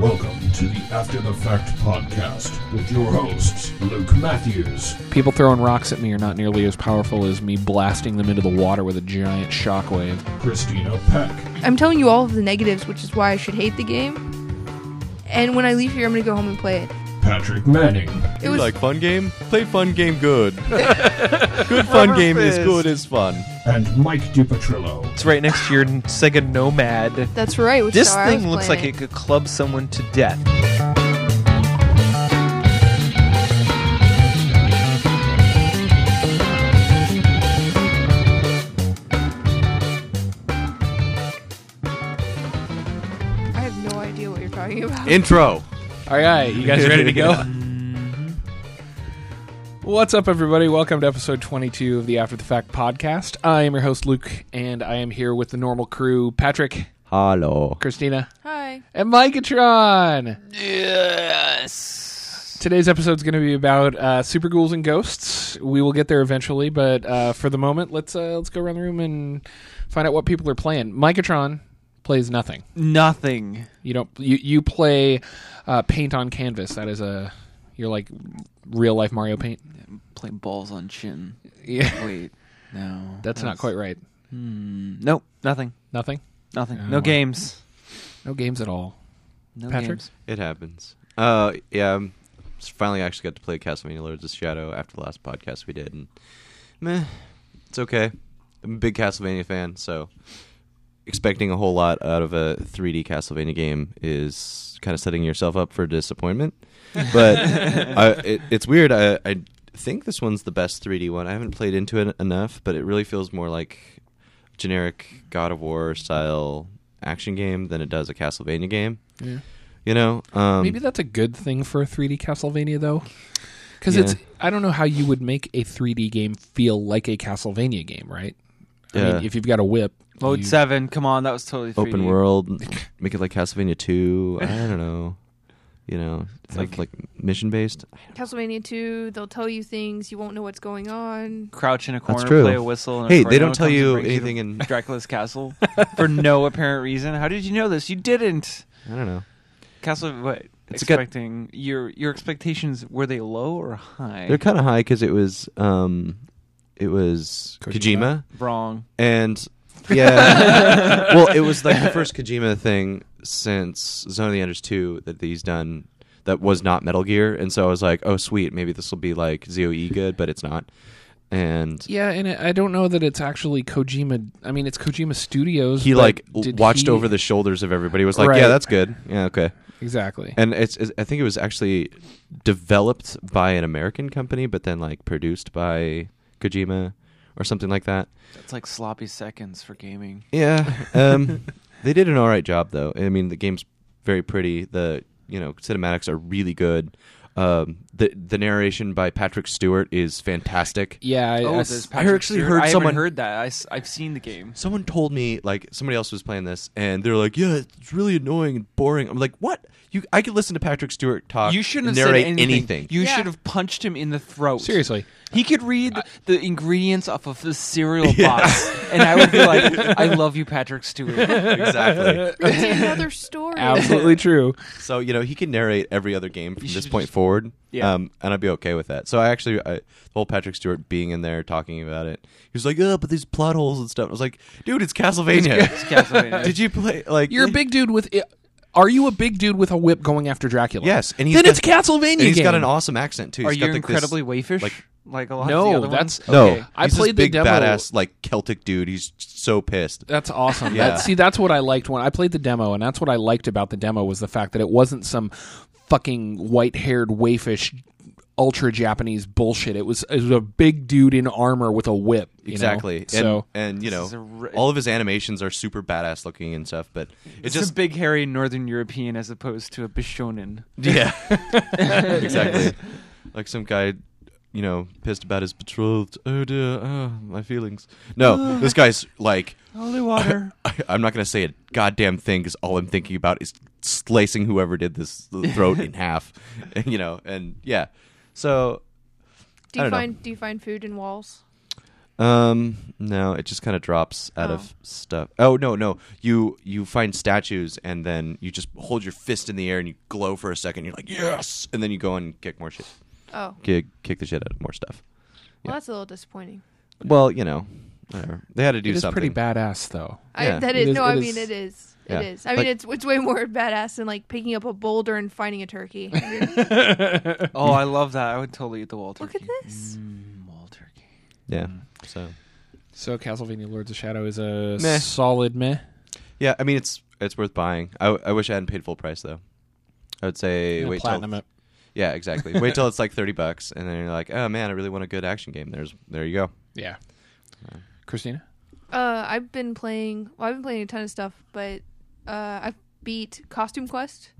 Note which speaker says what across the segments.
Speaker 1: Welcome to the After the Fact podcast with your hosts, Luke Matthews
Speaker 2: People throwing rocks at me are not nearly as powerful as me blasting them into the water with a giant shockwave.
Speaker 1: Christina Peck,
Speaker 3: I'm telling you all of the negatives, which is why I should hate the game. And when I leave here, I'm gonna go home and play it.
Speaker 1: Patrick Manning,
Speaker 3: It was
Speaker 4: like fun game. Play fun game good. good fun game is good is fun.
Speaker 1: and Mike DiPatrillo.
Speaker 5: It's right next to your Sega Nomad.
Speaker 3: that's right. Which
Speaker 5: This
Speaker 3: is how I
Speaker 5: thing
Speaker 3: was
Speaker 5: looks like
Speaker 3: playing
Speaker 5: it could club someone to death.
Speaker 3: I have no idea what you're talking about.
Speaker 4: Intro.
Speaker 2: All right, you guys ready to go? What's up, everybody? Welcome to episode 22 of the After the Fact podcast. I am your host, Luke, and I am here with the normal crew Patrick,
Speaker 4: Hello.
Speaker 2: Christina,
Speaker 3: Hi.
Speaker 2: and Micatron. Today's episode is going to be about uh, super ghouls and ghosts. We will get there eventually, but uh, for the moment, let's uh, let's go around the room and find out what people are playing. Micatron plays nothing.
Speaker 5: Nothing.
Speaker 2: You don't. You you play uh, paint on canvas. That is a you're like real life Mario Paint.
Speaker 5: Playing balls on chin.
Speaker 2: Yeah,
Speaker 5: Wait, no. Hmm,
Speaker 2: that's not quite right.
Speaker 5: Nope. Nothing.
Speaker 2: Nothing.
Speaker 5: Nothing.
Speaker 2: Oh,
Speaker 5: no
Speaker 2: wow.
Speaker 5: games.
Speaker 2: No games at all.
Speaker 5: No
Speaker 2: Patrick?
Speaker 5: games.
Speaker 4: It happens. Uh, yeah. I'm s- finally actually got to play Castlevania Lords of Shadow after the last podcast we did, and meh, it's okay. I'm a big Castlevania fan, so expecting a whole lot out of a 3D Castlevania game is kind of setting yourself up for disappointment. But I, it, it's weird. I, I think this one's the best 3D one. I haven't played into it enough, but it really feels more like generic God of War style action game than it does a Castlevania game.
Speaker 2: Yeah.
Speaker 4: You know, um,
Speaker 2: Maybe that's a good thing for a 3D Castlevania though, because
Speaker 4: Yeah.
Speaker 2: it's I don't know how you would make a 3D game feel like a Castlevania game, right? I
Speaker 4: Yeah.
Speaker 2: mean, if you've got a whip,
Speaker 5: Mode
Speaker 2: you-
Speaker 5: seven. Come on, that was totally 3D.
Speaker 4: open world, make it like Castlevania 2. I don't know. You know, it's like,
Speaker 5: like-
Speaker 4: like mission based.
Speaker 3: Castlevania 2. They'll tell you things you won't know what's going on.
Speaker 5: Crouch in a corner,
Speaker 4: true.
Speaker 5: play a whistle. And a
Speaker 4: Hey, they
Speaker 5: tornado
Speaker 4: don't tell
Speaker 5: comes and
Speaker 4: you
Speaker 5: brings to
Speaker 4: anything in-
Speaker 5: Dracula's castle for no apparent reason. How did you know this? You didn't.
Speaker 4: I don't know.
Speaker 5: Castle. What?
Speaker 4: It's got-
Speaker 5: expecting your your expectations were they low or high?
Speaker 4: They're kind of high because it was um, it was
Speaker 2: Kojima.
Speaker 4: Kojima
Speaker 5: wrong.
Speaker 4: and yeah, well, it was like the first Kojima thing since Zone of the Enders two that he's done that was not Metal Gear, and so I was like, oh sweet, maybe this will be like ZOE good, but it's not. And
Speaker 2: Yeah, and I I don't know that it's actually Kojima. I mean, it's Kojima Studios.
Speaker 4: he
Speaker 2: but
Speaker 4: like
Speaker 2: did
Speaker 4: watched
Speaker 2: he-
Speaker 4: over the shoulders of everybody. Was like,
Speaker 2: Right.
Speaker 4: yeah, that's good. Yeah, okay.
Speaker 2: exactly.
Speaker 4: And it's, it's I think it was actually developed by an American company, but then like produced by Kojima or something like that.
Speaker 5: That's like sloppy seconds for gaming.
Speaker 4: Yeah. Um, they did an all right job though. I mean, the game's very pretty. The you know cinematics are really good. Um, the the narration by Patrick Stewart is fantastic.
Speaker 2: Yeah, I,
Speaker 5: Oh,
Speaker 2: I
Speaker 5: there's
Speaker 2: s-
Speaker 5: Patrick
Speaker 4: actually
Speaker 5: Stewart.
Speaker 4: heard
Speaker 5: I haven't
Speaker 4: someone-
Speaker 5: heard that. I, have seen the game.
Speaker 4: Someone told me like somebody else was playing this, and they're like, "Yeah, it's really annoying and boring." I'm like, "What? You? I could listen to Patrick Stewart talk.
Speaker 5: You shouldn't
Speaker 4: and
Speaker 5: have
Speaker 4: Uh, narrate
Speaker 5: said anything.
Speaker 4: anything.
Speaker 5: You
Speaker 3: Yeah.
Speaker 5: should have punched him in the throat.
Speaker 2: seriously.
Speaker 5: he could read the ingredients off of the cereal box, and I would be like, "I love you, Patrick Stewart."
Speaker 4: exactly.
Speaker 3: It's another story.
Speaker 2: Absolutely true.
Speaker 4: So you know he can narrate every other game from
Speaker 5: You
Speaker 4: this
Speaker 5: should
Speaker 4: point
Speaker 5: just-
Speaker 4: forward,
Speaker 5: Yeah.
Speaker 4: um, and I'd be okay with that. So I actually, I, the whole Patrick Stewart being in there talking about it, he was like, "Oh, but these plot holes and stuff." I was like, "Dude, it's Castlevania."
Speaker 5: It's Castlevania.
Speaker 4: Did you play like
Speaker 2: You're a big dude with. i- Are you a big dude with a whip going after Dracula?
Speaker 4: Yes, and he's
Speaker 2: then
Speaker 4: got-
Speaker 2: it's Castlevania.
Speaker 4: And he's got an
Speaker 2: game.
Speaker 4: awesome accent too.
Speaker 5: Are
Speaker 4: He's
Speaker 5: you
Speaker 4: got, like, this-
Speaker 5: incredibly wayfish?
Speaker 4: like-
Speaker 5: Like, a lot of the
Speaker 2: No,
Speaker 5: other
Speaker 2: that's
Speaker 5: ones?
Speaker 4: No,
Speaker 2: okay. I
Speaker 4: he's this
Speaker 2: played
Speaker 4: big
Speaker 2: the demo. Uh,
Speaker 4: badass like Celtic dude. He's so pissed.
Speaker 2: That's awesome.
Speaker 4: Yeah.
Speaker 2: That, see, that's what I liked when I played the demo, and that's what I liked about the demo was the fact that it wasn't some fucking white-haired waifish ultra Japanese bullshit. It was, it was a big dude in armor with a whip. you know?
Speaker 4: Exactly. And,
Speaker 2: So
Speaker 4: and you know,
Speaker 5: is a re-
Speaker 4: all of his animations are super badass looking and stuff. But it
Speaker 5: it's
Speaker 4: just
Speaker 5: just a big hairy northern European as opposed to a Bishonen.
Speaker 4: Yeah. exactly. Like some guy, you know, pissed about his betrothed. Oh dear, oh, my feelings. No, this guy's like,
Speaker 5: Holy water.
Speaker 4: I, I'm not gonna say a goddamn thing because all I'm thinking about is slicing whoever did this throat in half. And, you know, and yeah. So
Speaker 3: Do
Speaker 4: I
Speaker 3: you
Speaker 4: don't know.
Speaker 3: find do you find food in walls?
Speaker 4: Um, no, it just kind of drops out of stuff. Oh no, no, you you find statues and then you just hold your fist in the air and you glow for a second. You're like yes, and then you go and kick more shit,
Speaker 3: Oh,
Speaker 4: kick kick the shit out of more stuff. Yeah.
Speaker 3: well, that's a little disappointing.
Speaker 4: Well, you know, whatever. They had to do
Speaker 2: It is
Speaker 4: something.
Speaker 2: pretty badass, though.
Speaker 3: I,
Speaker 4: Yeah.
Speaker 3: that
Speaker 2: It
Speaker 3: is,
Speaker 2: is-
Speaker 3: no,
Speaker 2: it
Speaker 3: I
Speaker 2: is-
Speaker 3: mean it is. It is.
Speaker 4: Yeah.
Speaker 3: I mean
Speaker 4: Like-
Speaker 3: it's it's way more badass than like picking up a boulder and finding a turkey.
Speaker 5: Oh, I love that. I would totally eat the wall
Speaker 3: Look
Speaker 5: turkey.
Speaker 3: at this.
Speaker 5: Mm, wall turkey.
Speaker 4: Yeah.
Speaker 2: Mm.
Speaker 4: So
Speaker 2: So Castlevania Lords of Shadow is a
Speaker 4: Meh.
Speaker 2: solid meh.
Speaker 4: yeah, I mean it's it's worth buying. I, I wish I hadn't paid full price though. I would say
Speaker 2: and a
Speaker 4: wait till
Speaker 2: platinum it.
Speaker 4: yeah exactly wait till it's like thirty bucks and then you're like oh man I really want a good action game. There's there you go.
Speaker 2: Yeah. Christina?
Speaker 3: Uh, I've been playing. Well, I've been playing a ton of stuff, but uh, I've beat Costume Quest,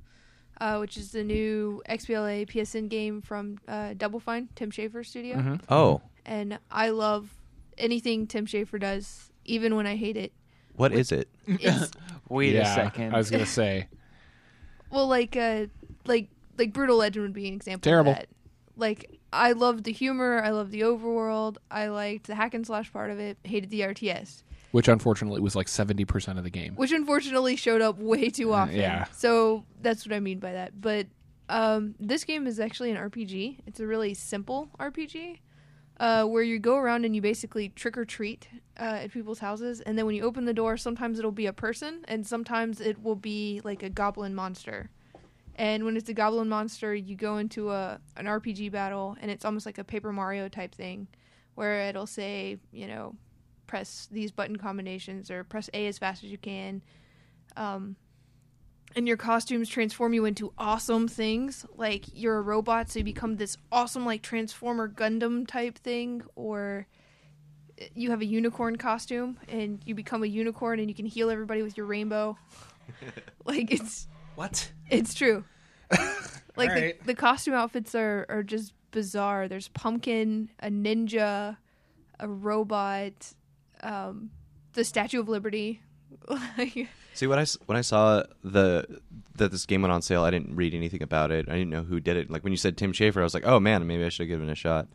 Speaker 3: uh, which is the new XBLA PSN game from uh, Double Fine, Tim Schafer Studio,
Speaker 4: Oh,
Speaker 3: and I love anything Tim Schafer does, even when I hate it.
Speaker 4: what is it?
Speaker 3: It's
Speaker 5: Wait
Speaker 2: Yeah,
Speaker 5: a second.
Speaker 2: I was going to say.
Speaker 3: well, like uh, like like Brutal Legend would be an example.
Speaker 2: Terrible.
Speaker 3: Of that. Like I loved the humor. I loved the overworld. I liked the hack and slash part of it. Hated the RTS.
Speaker 2: Which unfortunately was like 70% of the game.
Speaker 3: which unfortunately showed up way too often.
Speaker 2: yeah.
Speaker 3: So that's what I mean by that. But um, this game is actually an RPG. It's a really simple RPG uh, where you go around and you basically trick or treat uh, at people's houses. And then when you open the door, sometimes it'll be a person and sometimes it will be like a goblin monster. And when it's a goblin monster, you go into a an RPG battle, and it's almost like a Paper Mario type thing, where it'll say, you know, press these button combinations or press A as fast as you can. Um, and your costumes transform you into awesome things. Like you're a robot, so you become this awesome, like Transformer Gundam type thing, or eh, you have a unicorn costume and you become a unicorn and you can heal everybody with your rainbow. like it's
Speaker 5: what?
Speaker 3: it's true. like
Speaker 2: Alright.
Speaker 3: the, the costume outfits are, are just bizarre. There's pumpkin, a ninja, a robot, um, the Statue of Liberty. Like,
Speaker 4: See when I s- when I saw the that this game went on sale, I didn't read anything about it. I didn't know who did it. Like when you said Tim Schafer, I was like, oh man, maybe I should have given it a shot.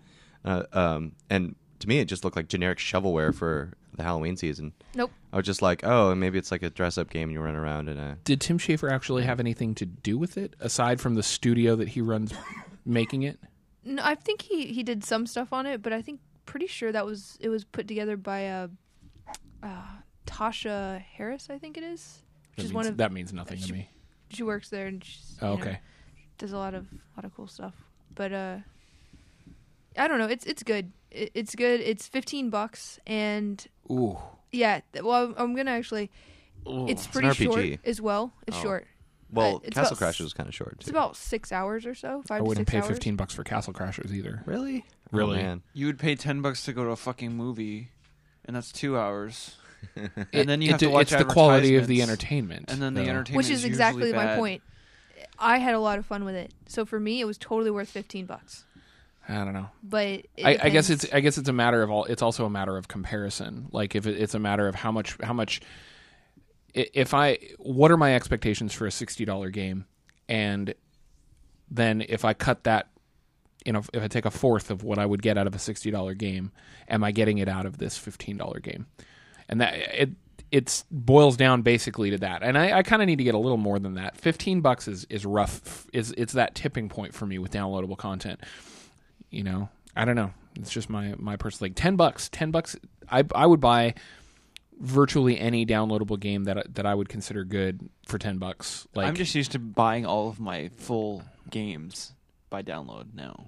Speaker 4: Uh, um, and to me, it just looked like generic shovelware for the Halloween season.
Speaker 3: nope.
Speaker 4: I was just like, oh, and maybe it's like a dress up game and you run around in a.
Speaker 2: Did Tim Schafer actually have anything to do with it aside from the studio that he runs making it?
Speaker 3: No, I think he, he did some stuff on it, but I think pretty sure that was it was put together by uh, uh, Tasha Harris, I think it is.
Speaker 2: That,
Speaker 3: Which is
Speaker 2: means,
Speaker 3: one of
Speaker 2: that means nothing
Speaker 3: she-
Speaker 2: to me.
Speaker 3: she works there and she's
Speaker 2: Oh,
Speaker 3: you know,
Speaker 2: okay.
Speaker 3: does a lot of lot of cool stuff. But uh I don't know, it's it's good. It, it's good. It's 15 bucks and
Speaker 2: Ooh.
Speaker 3: yeah, th- well I'm, I'm going to actually it's pretty
Speaker 4: an
Speaker 3: short
Speaker 4: RPG.
Speaker 3: as well. It's
Speaker 4: Oh.
Speaker 3: short.
Speaker 4: Well,
Speaker 3: Uh, it's
Speaker 4: Castle
Speaker 3: about s-
Speaker 4: Crashers was kind of short.
Speaker 3: It's
Speaker 4: Too.
Speaker 3: about 6 hours or so, 5
Speaker 2: I wouldn't
Speaker 3: to 6
Speaker 2: pay
Speaker 3: hours.
Speaker 2: 15 bucks for Castle Crashers either.
Speaker 4: really,
Speaker 2: Really?
Speaker 4: Oh, man.
Speaker 5: You would pay ten bucks to go to a fucking movie, and that's two hours. and
Speaker 2: It-
Speaker 5: then you
Speaker 2: it-
Speaker 5: have to watch
Speaker 2: It's the quality of the
Speaker 5: advertisements.
Speaker 2: entertainment.
Speaker 5: And then the
Speaker 2: though.
Speaker 5: entertainment,
Speaker 3: Which is
Speaker 5: usually
Speaker 3: exactly my
Speaker 5: bad.
Speaker 3: point. I had a lot of fun with it. So for me it was totally worth 15 bucks.
Speaker 2: I don't know.
Speaker 3: But it
Speaker 2: I, I guess
Speaker 3: depends.
Speaker 2: it's I guess it's a matter of all. It's also a matter of comparison. Like if it, it's a matter of how much how much i- if I what are my expectations for a sixty dollar game, and then if I cut that, you know, if I take a fourth of what I would get out of a sixty dollar game, am I getting it out of this fifteen dollar game? And that it it boils down basically to that. And I, I kind of need to get a little more than that. Fifteen bucks is is rough. Is it's that tipping point for me with downloadable content you know i don't know it's just my my personal like 10 bucks 10 bucks i i would buy virtually any downloadable game that I- that i would consider good for 10 bucks like
Speaker 5: I'm just used to buying all of my full games by download now,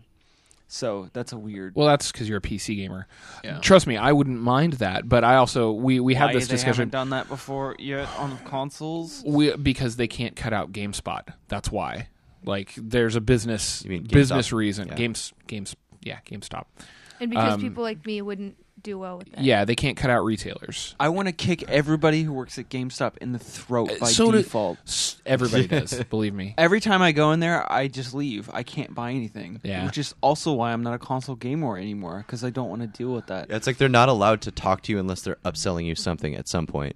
Speaker 5: so that's a weird.
Speaker 2: well that's cuz you're a pc gamer
Speaker 5: Yeah.
Speaker 2: trust me i wouldn't mind that but i also we we
Speaker 5: Why
Speaker 2: had this
Speaker 5: they
Speaker 2: discussion
Speaker 5: haven't done that before yet on consoles.
Speaker 2: we, because they can't cut out gamespot that's why like there's a business
Speaker 4: You mean GameStop?
Speaker 2: business reason
Speaker 4: Yeah.
Speaker 2: games games yeah gamestop
Speaker 3: and because
Speaker 2: um,
Speaker 3: people like me wouldn't do well with that.
Speaker 2: yeah they can't cut out retailers
Speaker 5: I want to kick everybody who works at GameStop in the throat
Speaker 2: Uh,
Speaker 5: by
Speaker 2: so do-
Speaker 5: default.
Speaker 2: S- everybody does believe me
Speaker 5: Every time I go in there, I just leave. I can't buy anything.
Speaker 2: Yeah.
Speaker 5: Which is also why I'm not a console gamer anymore because I don't want to deal with that.
Speaker 4: It's like they're not allowed to talk to you unless they're upselling you something at some point.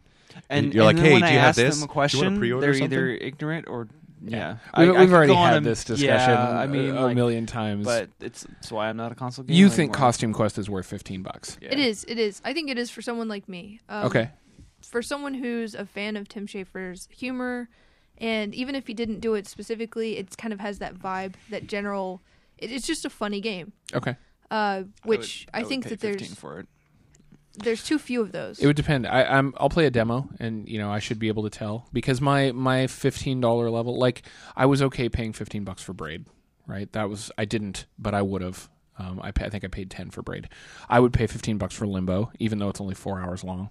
Speaker 5: And
Speaker 4: you're like,
Speaker 5: and then
Speaker 4: "Hey,
Speaker 5: when
Speaker 4: do
Speaker 5: I
Speaker 4: you have
Speaker 5: ask
Speaker 4: this? Do you
Speaker 5: Them a
Speaker 4: wanna
Speaker 5: question,
Speaker 4: pre-order
Speaker 5: they're
Speaker 4: something?"
Speaker 5: either ignorant or Yeah,
Speaker 2: We've,
Speaker 5: I- I
Speaker 2: we've
Speaker 5: could
Speaker 2: already
Speaker 5: go on
Speaker 2: had
Speaker 5: and-
Speaker 2: this discussion.
Speaker 5: Yeah, I
Speaker 2: a-
Speaker 5: mean,
Speaker 2: a,
Speaker 5: like,
Speaker 2: million times.
Speaker 5: but it's that's why I'm not a console gamer.
Speaker 2: you think
Speaker 5: anymore.
Speaker 2: Costume Quest is worth fifteen bucks?
Speaker 5: Yeah.
Speaker 3: It is. It is. I think it is for someone like me. Um,
Speaker 2: okay,
Speaker 3: For someone who's a fan of Tim Schafer's humor, and even if he didn't do it specifically, it kind of has that vibe, that general. It, it's just a funny game,
Speaker 2: okay.
Speaker 3: uh, which
Speaker 5: I,
Speaker 3: I,
Speaker 5: would- I would
Speaker 3: think
Speaker 5: pay
Speaker 3: that there's
Speaker 5: 15 for it.
Speaker 3: there's too few of those.
Speaker 2: It would depend. I, I'm I'll play a demo, and you know I should be able to tell because my my fifteen dollar level, like I was okay paying fifteen bucks for Braid, right? That was I didn't, but I would have. Um, I, pa- I think I paid ten for Braid. I would pay fifteen bucks for Limbo, even though it's only four hours long.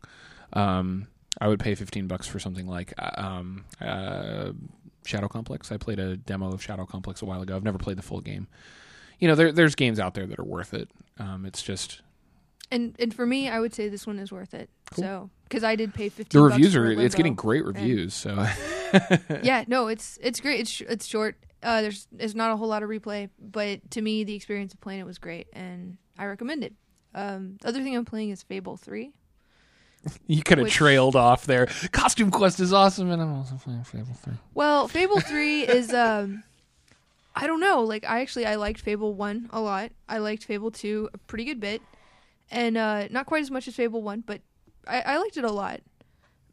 Speaker 2: Um, I would pay fifteen bucks for something like uh, um, uh, Shadow Complex. I played a demo of Shadow Complex a while ago. I've never played the full game. You know, there, there's games out there that are worth it. Um, it's just
Speaker 3: and and for me, I would say this one is worth it.
Speaker 2: Cool.
Speaker 3: So because I did pay fifteen.
Speaker 2: the reviews
Speaker 3: bucks for
Speaker 2: are. It's
Speaker 3: Limbo.
Speaker 2: getting great reviews. So.
Speaker 3: yeah, no, it's it's great. It's sh- it's short. Uh, there's there's not a whole lot of replay, but to me, the experience of playing it was great, and I recommend it. Um, the other thing I'm playing is Fable Three.
Speaker 2: You could have
Speaker 3: Which-
Speaker 2: trailed off there. Costume Quest is awesome, and I'm also playing Fable Three.
Speaker 3: Well, Fable Three is um, I don't know. Like I actually I liked Fable One a lot. I liked Fable Two a pretty good bit, and uh, not quite as much as Fable One, but I, I liked it a lot.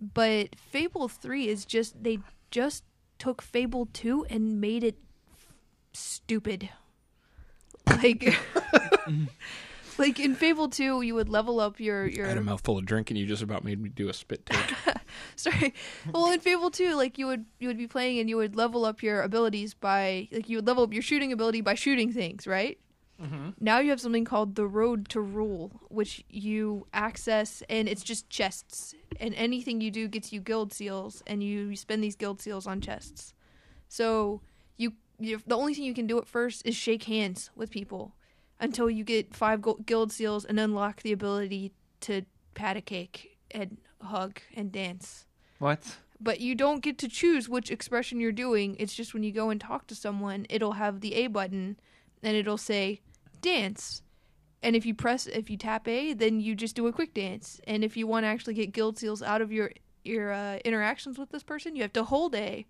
Speaker 3: But Fable Three is just they just took Fable Two and made it stupid. Like, like in Fable Two, you would level up your your
Speaker 2: I had a mouthful of drink, and you just about made me do a spit take.
Speaker 3: Sorry. Well, in Fable 2, like you would you would be playing and you would level up your abilities by like you would level up your shooting ability by shooting things, right? Now you have something called the Road to Rule, which you access, and it's just chests. And anything you do gets you guild seals, and you, you spend these guild seals on chests. So you, you the only thing you can do at first is shake hands with people until you get five gu- guild seals and unlock the ability to pat a cake and hug and dance.
Speaker 5: What?
Speaker 3: But you don't get to choose which expression you're doing. It's just when you go and talk to someone, it'll have the A button and it'll say dance. And if you press if you tap A, then you just do a quick dance. And if you want to actually get guild seals out of your your uh, interactions with this person, you have to hold A.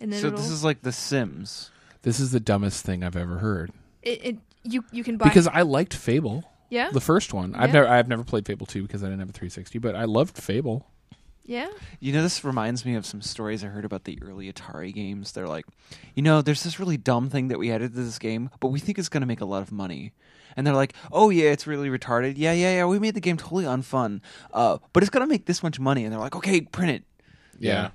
Speaker 3: And then
Speaker 5: So
Speaker 3: it'll,
Speaker 5: this is like The Sims.
Speaker 2: this is the dumbest thing I've ever heard.
Speaker 3: it, it you you can buy
Speaker 2: Because I liked Fable,
Speaker 3: yeah
Speaker 2: the first one. I've
Speaker 3: Oh. Yeah.
Speaker 2: never, I've never played Fable Two because I didn't have a 360, but I loved Fable.
Speaker 3: yeah
Speaker 5: You know, this reminds me of some stories I heard about the early Atari games. They're like, you know, there's this really dumb thing that we added to this game, but we think it's going to make a lot of money. And they're like, oh, yeah, it's really retarded. Yeah, yeah, yeah, we made the game totally unfun, uh, but it's going to make this much money. And they're like, okay, print it.
Speaker 4: Yeah.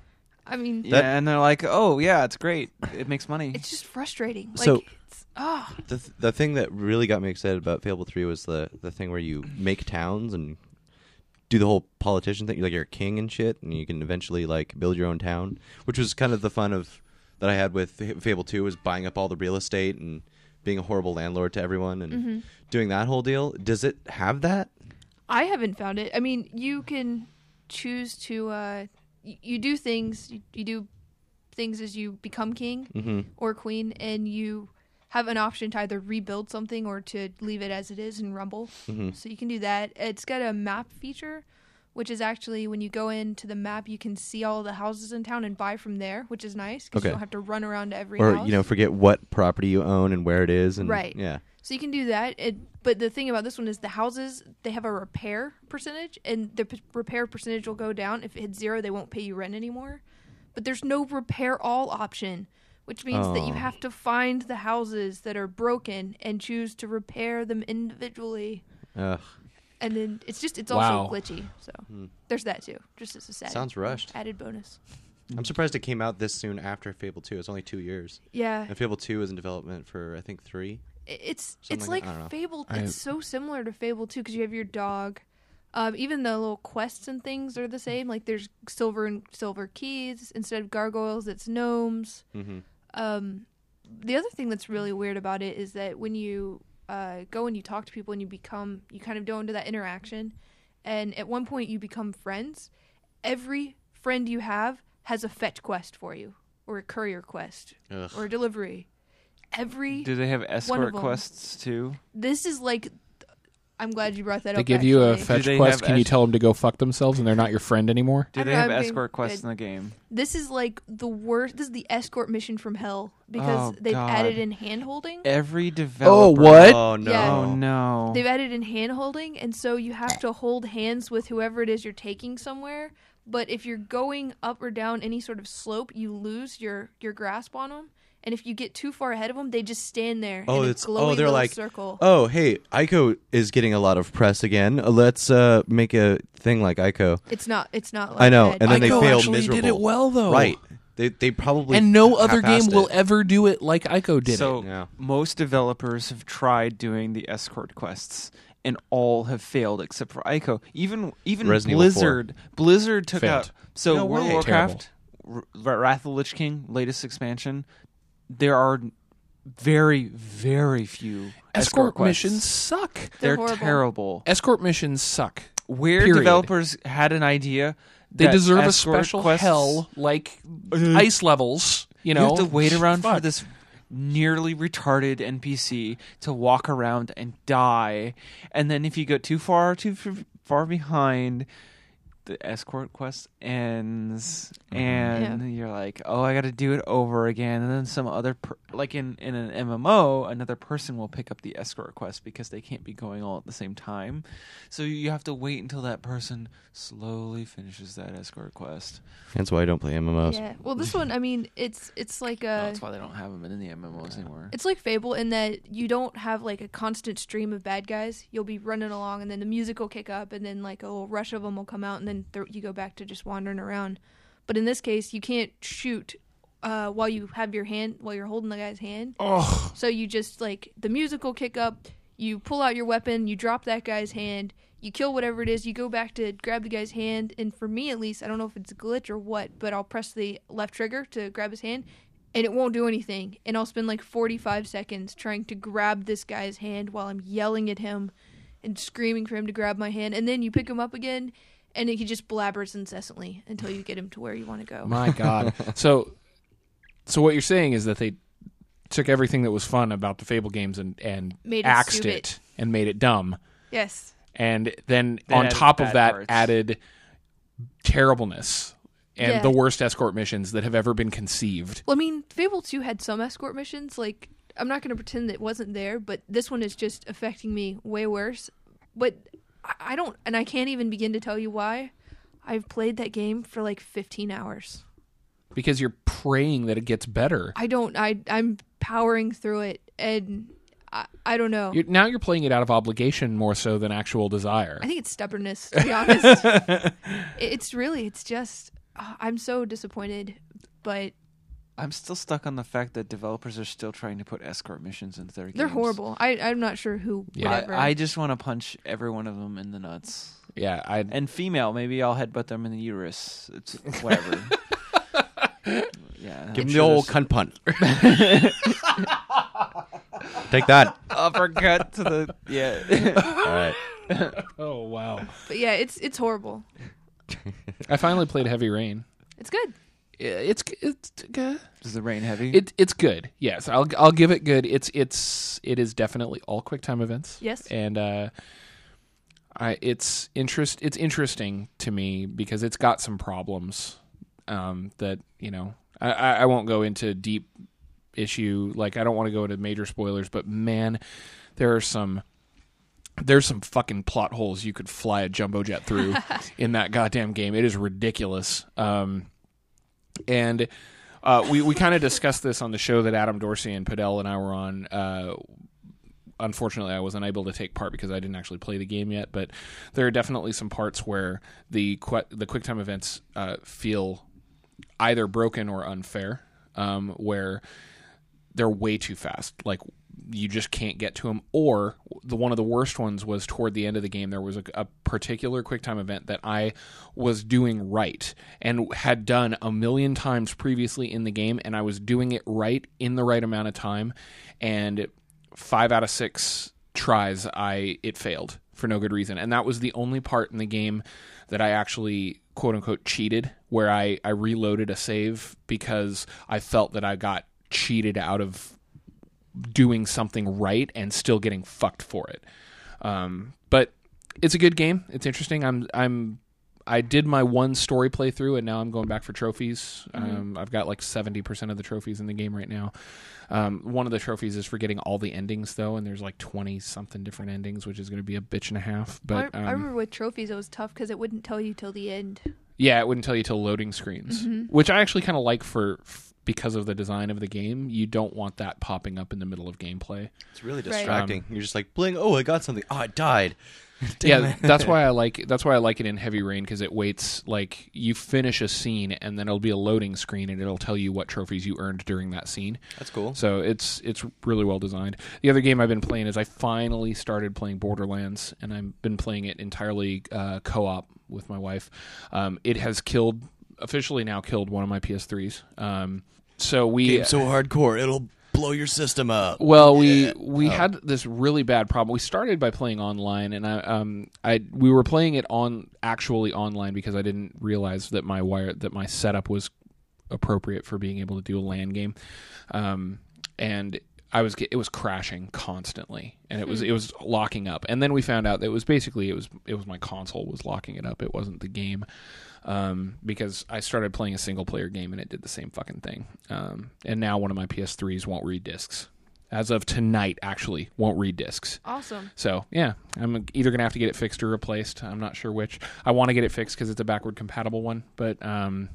Speaker 3: I mean
Speaker 5: Yeah, and they're like, oh, yeah, it's great. It makes money.
Speaker 3: it's just frustrating like
Speaker 4: So-
Speaker 3: it's oh
Speaker 4: The, th- the thing that really got me excited about Fable 3 was the, the thing where you make towns and do the whole politician thing. Like, you're a king and shit, and you can eventually, like, build your own town, which was kind of the fun of that I had with F- Fable 2 was buying up all the real estate and being a horrible landlord to everyone and
Speaker 3: Mm-hmm.
Speaker 4: doing that whole deal. Does it have that?
Speaker 3: I haven't found it. I mean, you can choose to uh y- you do things you, you do things as you become king
Speaker 4: Mm-hmm.
Speaker 3: or queen and you have an option to either rebuild something or to leave it as it is and rumble.
Speaker 4: Mm-hmm.
Speaker 3: So you can do that. It's got a map feature which is actually when you go into the map you can see all the houses in town and buy from there, which is nice cuz
Speaker 4: Okay.
Speaker 3: you don't have to run around to every
Speaker 4: Or,
Speaker 3: house.
Speaker 4: you know, forget what property you own and where it is. And,
Speaker 3: Right.
Speaker 4: Yeah.
Speaker 3: So you can do that. It, but the thing about this one is the houses, they have a repair percentage, and the p- repair percentage will go down. If it hits zero, they won't pay you rent anymore. But there's no repair all option, which means that you
Speaker 4: Oh.
Speaker 3: have to find the houses that are broken and choose to repair them individually.
Speaker 4: Ugh.
Speaker 3: And then it's just, it's
Speaker 2: Wow.
Speaker 3: also glitchy. So there's that too, just as a sad
Speaker 4: Sounds rushed.
Speaker 3: added bonus.
Speaker 4: I'm surprised it came out this soon after Fable 2. It's only two years.
Speaker 3: Yeah.
Speaker 4: And Fable 2 is in development for, I think, three.
Speaker 3: I- it's
Speaker 4: Something
Speaker 3: it's
Speaker 4: like
Speaker 3: like
Speaker 4: that. I don't know.
Speaker 3: Fable.
Speaker 2: I-
Speaker 3: it's so similar to Fable too because you have your dog. Um, even the little quests and things are the same. Like there's silver and silver keys instead of gargoyles. It's gnomes.
Speaker 4: Mhm.
Speaker 3: Um, the other thing that's really weird about it is that when you uh, go and you talk to people and you become you kind of go into that interaction, and at one point you become friends. Every friend you have has a fetch quest for you, or a courier quest,
Speaker 4: Ugh.
Speaker 3: or a delivery. Every
Speaker 5: Do they have escort
Speaker 3: them.
Speaker 5: quests too?
Speaker 3: this is like I'm glad you brought that
Speaker 2: They
Speaker 3: up.
Speaker 2: give you a
Speaker 3: actually.
Speaker 5: fa-
Speaker 2: fetch
Speaker 5: they
Speaker 2: quest.
Speaker 5: have
Speaker 2: Can you
Speaker 5: ash-
Speaker 2: tell them to go fuck themselves and they're not your friend anymore?
Speaker 5: Do
Speaker 3: I'm
Speaker 5: they have
Speaker 3: not being
Speaker 5: escort quests
Speaker 3: good.
Speaker 5: in the game?
Speaker 3: this is like the worst. This is the escort mission from hell because
Speaker 5: Oh,
Speaker 3: they've
Speaker 5: God.
Speaker 3: added in hand holding.
Speaker 5: Every developer.
Speaker 2: what?
Speaker 4: Oh no.
Speaker 3: Yeah.
Speaker 5: Oh no.
Speaker 3: They've added in hand holding, and so you have to hold hands with whoever it is you're taking somewhere. But if you're going up or down any sort of slope, you lose your your grasp on them. And if you get too far ahead of them, they just stand there
Speaker 4: Oh,
Speaker 3: in a
Speaker 4: it's- oh,
Speaker 3: glowing
Speaker 4: they're
Speaker 3: little
Speaker 4: like,
Speaker 3: circle.
Speaker 4: Oh, hey, Ico is getting a lot of press again. Uh, Let's uh, make a thing like Ico.
Speaker 3: It's not. It's not. Like
Speaker 4: I know,
Speaker 3: that.
Speaker 4: and then they
Speaker 2: Ico
Speaker 4: fail
Speaker 2: actually did
Speaker 4: miserably.
Speaker 2: it well, though.
Speaker 4: Right. They they probably
Speaker 2: and no other game
Speaker 4: half-assed
Speaker 2: will
Speaker 4: it.
Speaker 2: ever do it like Ico did
Speaker 5: so
Speaker 2: it.
Speaker 4: Yeah.
Speaker 5: most developers have tried doing the escort quests and all have failed except for Ico. Even even
Speaker 4: Resident Evil
Speaker 5: Blizzard Blizzard took
Speaker 2: Failed.
Speaker 5: out so
Speaker 4: No
Speaker 5: World
Speaker 4: way.
Speaker 5: of Warcraft R- Wrath of the Lich King latest expansion there are very very few
Speaker 2: Escort,
Speaker 5: quests.
Speaker 2: missions suck.
Speaker 3: They're
Speaker 5: They're,
Speaker 3: horrible.
Speaker 4: Eh,
Speaker 5: terrible.
Speaker 2: Escort missions suck.
Speaker 5: Where
Speaker 2: Period.
Speaker 5: developers had an idea
Speaker 2: They
Speaker 5: that
Speaker 2: deserve a
Speaker 5: escort
Speaker 2: special
Speaker 5: quests-
Speaker 2: hell like ice levels. You know,
Speaker 5: Uh, you have to wait around for
Speaker 2: Fuck.
Speaker 5: this nearly retarded NPC to walk around and die, and then if you go too far, too f- far behind, the escort quest ends,
Speaker 2: Mm-hmm.
Speaker 5: and
Speaker 3: Yeah.
Speaker 5: you're like, oh, I got to do it over again, and then some other per- like in in an MMO, another person will pick up the escort quest because they can't be going all at the same time, so you have to wait until that person slowly finishes that escort quest.
Speaker 4: That's why I don't play MMOs.
Speaker 3: Yeah. Well, this one, I mean, it's it's like a.
Speaker 5: That's why they don't have them in the MMOs anymore.
Speaker 3: It's like Fable in that you don't have like a constant stream of bad guys. You'll be running along, and then the music will kick up, and then like a little rush of them will come out, and then th- you go back to just wandering around. But in this case, you can't shoot uh, while you have your hand while you're holding the guy's hand.
Speaker 2: Ugh.
Speaker 3: So you just like the music will kick up. You pull out your weapon. You drop that guy's hand. You kill whatever it is. You go back to grab the guy's hand. And for me, at least, I don't know if it's a glitch or what, but I'll press the left trigger to grab his hand, and it won't do anything. And I'll spend like 45 seconds trying to grab this guy's hand while I'm yelling at him and screaming for him to grab my hand. And then you pick him up again, and he just blabbers incessantly until you get him to where you want to go.
Speaker 2: My God. so, so what you're saying is that they took everything that was fun about the Fable games and and
Speaker 3: Made it
Speaker 2: axed
Speaker 3: stupid.
Speaker 2: it and made it dumb,
Speaker 3: yes.
Speaker 2: and then
Speaker 5: They
Speaker 2: on
Speaker 5: added
Speaker 2: top of
Speaker 5: bad
Speaker 2: that
Speaker 5: parts.
Speaker 2: added terribleness and
Speaker 3: Yeah.
Speaker 2: the worst escort missions that have ever been conceived.
Speaker 3: Well, I mean, Fable 2 had some escort missions. Like, I'm not going to pretend it wasn't there, but this one is just affecting me way worse. But I- I don't, and I can't even begin to tell you why. I've played that game for like 15 hours.
Speaker 2: because you're praying that it gets better.
Speaker 3: I don't, I, I'm powering through it, and I, I don't know.
Speaker 2: You're, now you're playing it out of obligation more so than actual desire.
Speaker 3: I think it's stubbornness, to be honest. It- it's really, it's just, uh, I'm so disappointed, but
Speaker 5: I'm still stuck on the fact that developers are still trying to put escort missions into their games.
Speaker 3: they're horrible. I, I'm not sure who would
Speaker 2: Yeah.
Speaker 5: I,
Speaker 3: ever.
Speaker 5: I just want to punch every one of them in the nuts.
Speaker 2: yeah, I
Speaker 5: And female, maybe I'll headbutt them in the uterus. It's whatever. yeah.
Speaker 4: Give him the old cunt punt. Take that.
Speaker 5: uppercut to the yeah.
Speaker 4: All right.
Speaker 2: oh wow.
Speaker 3: but yeah, it's, it's horrible.
Speaker 2: I finally played Heavy Rain.
Speaker 3: It's good.
Speaker 2: I- It's it's uh, good.
Speaker 5: Is the rain heavy?
Speaker 2: It, it's good. Yes, I'll I'll give it good. It's it's it is definitely all QuickTime events.
Speaker 3: Yes.
Speaker 2: and uh, I it's interest it's interesting to me because it's got some problems um, that you know I, I I won't go into deep issue like I don't want to go into major spoilers, but man, there are some. There's some fucking plot holes you could fly a jumbo jet through in that goddamn game. It is ridiculous. Um, and uh, we we kind of discussed this on the show that Adam Dorsey and Padel and I were on. Uh, unfortunately, I was unable to take part because I didn't actually play the game yet. But there are definitely some parts where the que- the QuickTime events uh, feel either broken or unfair, um, where they're way too fast. Like you just can't get to them. Or the one of the worst ones was toward the end of the game. There was a, a particular QuickTime event that I was doing right and had done a million times previously in the game, and I was doing it right in the right amount of time. And five out of six tries, I it failed for no good reason. And that was the only part in the game that I actually quote unquote cheated, where I, I reloaded a save because I felt that I got cheated out of doing something right and still getting fucked for it. Um, but it's a good game. It's interesting. I'm I'm I did my one story playthrough, and now I'm going back for trophies.
Speaker 3: Mm-hmm.
Speaker 2: Um, I've got like seventy percent of the trophies in the game right now. Um, one of the trophies is for getting all the endings though, and there's like twenty something different endings, which is going to be a bitch and a half. But
Speaker 3: I,
Speaker 2: um,
Speaker 3: I remember with trophies it was tough because it wouldn't tell you till the end.
Speaker 2: yeah, it wouldn't tell you till loading screens,
Speaker 3: Mm-hmm.
Speaker 2: which I actually kind of like for f- because of the design of the game. You don't want that popping up in the middle of gameplay.
Speaker 4: It's really
Speaker 3: Right.
Speaker 4: distracting. You're just like, bling, oh, I got something. Oh, I died.
Speaker 2: yeah, that's why I like that's why I like it in Heavy Rain because it waits like you finish a scene and then it'll be a loading screen and it'll tell you what trophies you earned during that scene.
Speaker 4: That's cool.
Speaker 2: So it's it's really well designed. The other game I've been playing is I finally started playing Borderlands, and I've been playing it entirely uh, co-op with my wife. Um, it has killed officially now killed one of my PS3s. Um, so we
Speaker 4: so hardcore, it'll blow your system up.
Speaker 2: Uh, well, we we had this really bad problem. We started by playing online, and I um I we were playing it on actually online because I didn't realize that my wire that my setup was appropriate for being able to do a LAN game, um and I was get- it was crashing constantly, and it was it was locking up, and then we found out that it was basically it was it was my console was locking it up. It wasn't the game um, because I started playing a single player game and it did the same fucking thing. Um, and now one of my PS3s won't read discs. As of tonight, actually, won't read discs.
Speaker 3: Awesome.
Speaker 2: So yeah, I'm either gonna have to get it fixed or replaced. I'm not sure which. I want to get it fixed because it's a backward compatible one, but um,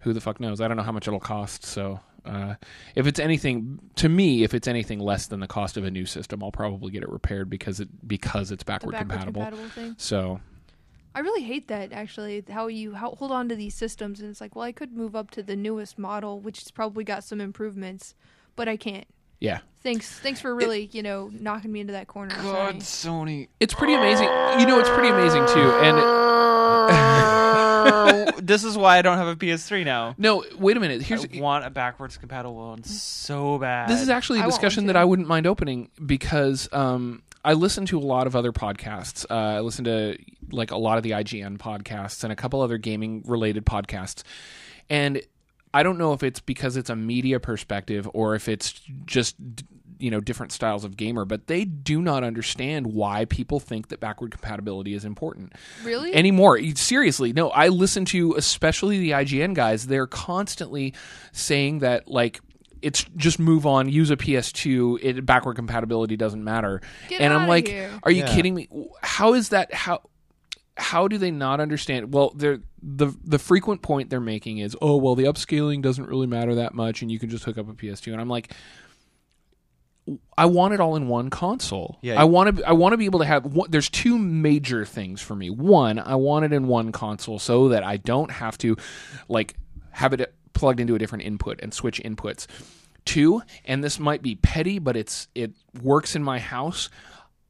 Speaker 2: who the fuck knows? I don't know how much it'll cost. So uh, if it's anything to me, if it's anything less than the cost of a new system, I'll probably get it repaired because it because it's
Speaker 3: The
Speaker 2: backward,
Speaker 3: backward
Speaker 2: compatible.
Speaker 3: compatible. thing.
Speaker 2: So
Speaker 3: I really hate that actually. How you how, hold on to these systems and it's like, well, I could move up to the newest model, which has probably got some improvements, but I can't.
Speaker 2: yeah,
Speaker 3: Thanks, thanks for really, you know, knocking me into that corner.
Speaker 5: God,
Speaker 3: Sorry.
Speaker 5: Sony.
Speaker 2: it's pretty amazing. You know, it's pretty amazing too. And it,
Speaker 5: this is why I don't have a PS3 now.
Speaker 2: no, wait a minute. Here's
Speaker 5: I want a backwards compatible one so bad.
Speaker 2: This is actually a
Speaker 3: I want
Speaker 2: discussion
Speaker 3: one,
Speaker 2: that
Speaker 3: too.
Speaker 2: I wouldn't mind opening because um, I listen to a lot of other podcasts. Uh, I listen to like a lot of the IGN podcasts and a couple other gaming related podcasts, and I don't know if it's because it's a media perspective or if it's just d- you know different styles of gamer, but they do not understand why people think that backward compatibility is important
Speaker 3: Really?
Speaker 2: anymore. E, Seriously, no. I listen to especially the IGN guys. They're constantly saying that like it's just move on, use a PS2. It backward compatibility doesn't matter.
Speaker 3: Get
Speaker 2: and I'm
Speaker 3: outta
Speaker 2: like,
Speaker 3: here.
Speaker 2: are you
Speaker 4: Yeah.
Speaker 2: kidding me? How is that? How how do they not understand? Well, they're the the frequent point they're making is, oh well, the upscaling doesn't really matter that much, and you can just hook up a PS2. And I'm like, I want it all in one console.
Speaker 4: Yeah.
Speaker 2: I want to. I want to be able to have. One, there's two major things for me. One, I want it in one console so that I don't have to, like, have it plugged into a different input and switch inputs. Two, and this might be petty, but it's it works in my house.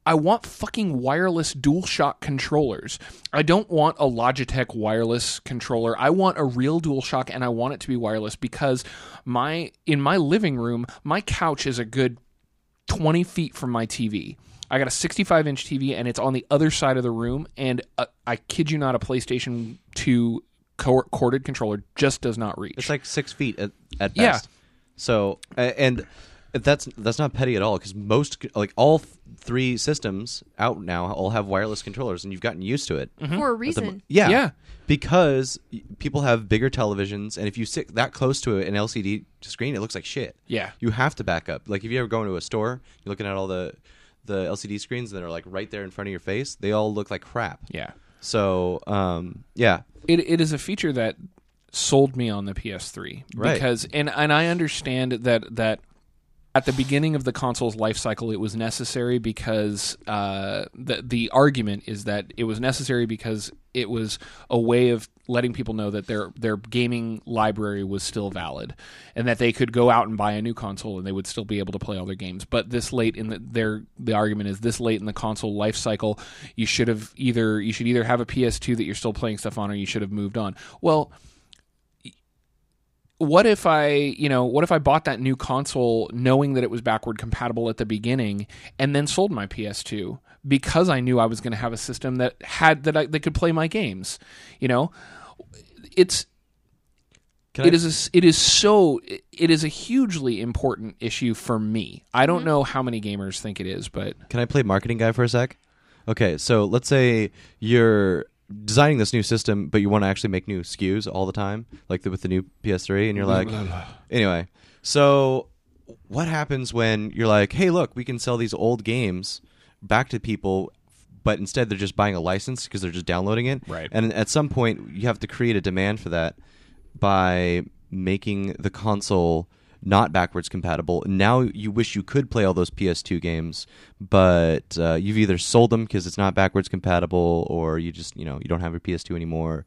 Speaker 2: I want fucking wireless DualShock controllers. I don't want a Logitech wireless controller. I want a real DualShock and I want it to be wireless because my in my living room, my couch is a good 20 feet from my TV. I got a 65 inch TV and it's on the other side of the room. And uh, I kid you not, a PlayStation 2 co- corded controller just does not reach.
Speaker 4: It's like six feet at, at
Speaker 2: Yeah.
Speaker 4: best. So a- and that's that's not petty at all because most like all th- three systems out now all have wireless controllers and you've gotten used to it.
Speaker 3: for a
Speaker 4: At the mo-
Speaker 3: reason.
Speaker 4: yeah,
Speaker 2: Mm-hmm. Yeah.
Speaker 4: because y- people have bigger televisions and if you sit that close to an LCD screen, it looks like shit.
Speaker 2: Yeah.
Speaker 4: you have to back up. Like if you ever go into a store, you're looking at all the the LCD screens that are like right there in front of your face. They all look like crap.
Speaker 2: yeah.
Speaker 4: So um, yeah,
Speaker 2: it, it is a feature that sold me on the PS3
Speaker 4: Right.
Speaker 2: because and and I understand that that at the beginning of the console's life cycle it was necessary because uh, the the argument is that it was necessary because it was a way of letting people know that their their gaming library was still valid and that they could go out and buy a new console and they would still be able to play all their games but this late in the, their the argument is this late in the console life cycle you should have either you should either have a PS2 that you're still playing stuff on or you should have moved on well what if I, you know, what if I bought that new console knowing that it was backward compatible at the beginning and then sold my PS2 because I knew I was going to have a system that had that I that could play my games, you know? It's
Speaker 4: Can
Speaker 2: It
Speaker 4: I-
Speaker 2: is a s it is so it is a hugely important issue for me. I don't know how many gamers think it is, but
Speaker 4: Can I play marketing guy for a sec? Okay, so let's say you're designing this new system, but you want to actually make new SKUs all the time, like the, with the new PS3, and you're like, anyway. So, what happens when you're like, hey, look, we can sell these old games back to people, but instead they're just buying a license because they're just downloading it,
Speaker 2: Right.
Speaker 4: And at some point, you have to create a demand for that by making the console not backwards compatible. Now you wish you could play all those PS2 games, but uh, you've either sold them because it's not backwards compatible, or you just you know you don't have your PS2 anymore.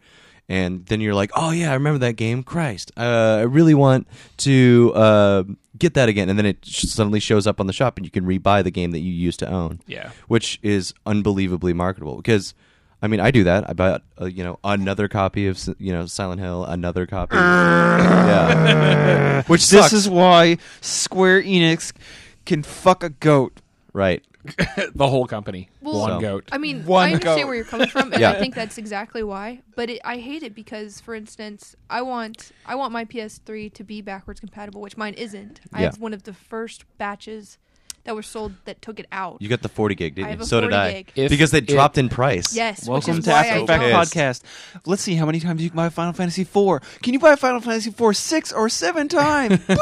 Speaker 4: And then you're like, oh yeah, I remember that game. Christ, uh, I really want to uh, get that again. And then it sh- suddenly shows up on the shop, and you can rebuy the game that you used to own
Speaker 2: yeah.
Speaker 4: which is unbelievably marketable because I mean I do that. I bought uh, you know another copy of S- you know Silent Hill, another copy. yeah. Which
Speaker 5: This
Speaker 4: sucks.
Speaker 5: is why Square Enix can fuck a goat.
Speaker 4: right.
Speaker 2: The whole company.
Speaker 3: Well,
Speaker 2: One
Speaker 4: So-
Speaker 2: goat.
Speaker 3: I mean,
Speaker 5: One
Speaker 3: I understand
Speaker 5: goat.
Speaker 3: where you're coming from, and
Speaker 4: Yeah.
Speaker 3: I think that's exactly why. But it, I hate it because, for instance, I want I want my PS3 to be backwards compatible, which mine isn't. I
Speaker 4: Yeah.
Speaker 3: have one of the first batches that were sold that took it out.
Speaker 4: You got the 40
Speaker 3: I
Speaker 4: gig, didn't
Speaker 3: have
Speaker 4: you?
Speaker 3: a
Speaker 4: So did
Speaker 3: 40
Speaker 4: I.
Speaker 3: gig.
Speaker 2: If
Speaker 4: because they
Speaker 2: it-
Speaker 4: dropped in price.
Speaker 3: yes,
Speaker 5: Welcome
Speaker 3: which is
Speaker 5: to
Speaker 3: why
Speaker 5: After
Speaker 3: I
Speaker 5: Effect
Speaker 3: don't-
Speaker 5: Podcast. Let's see how many times you can buy Final Fantasy IV. Can you buy Final Fantasy IV six or seven times? Boo!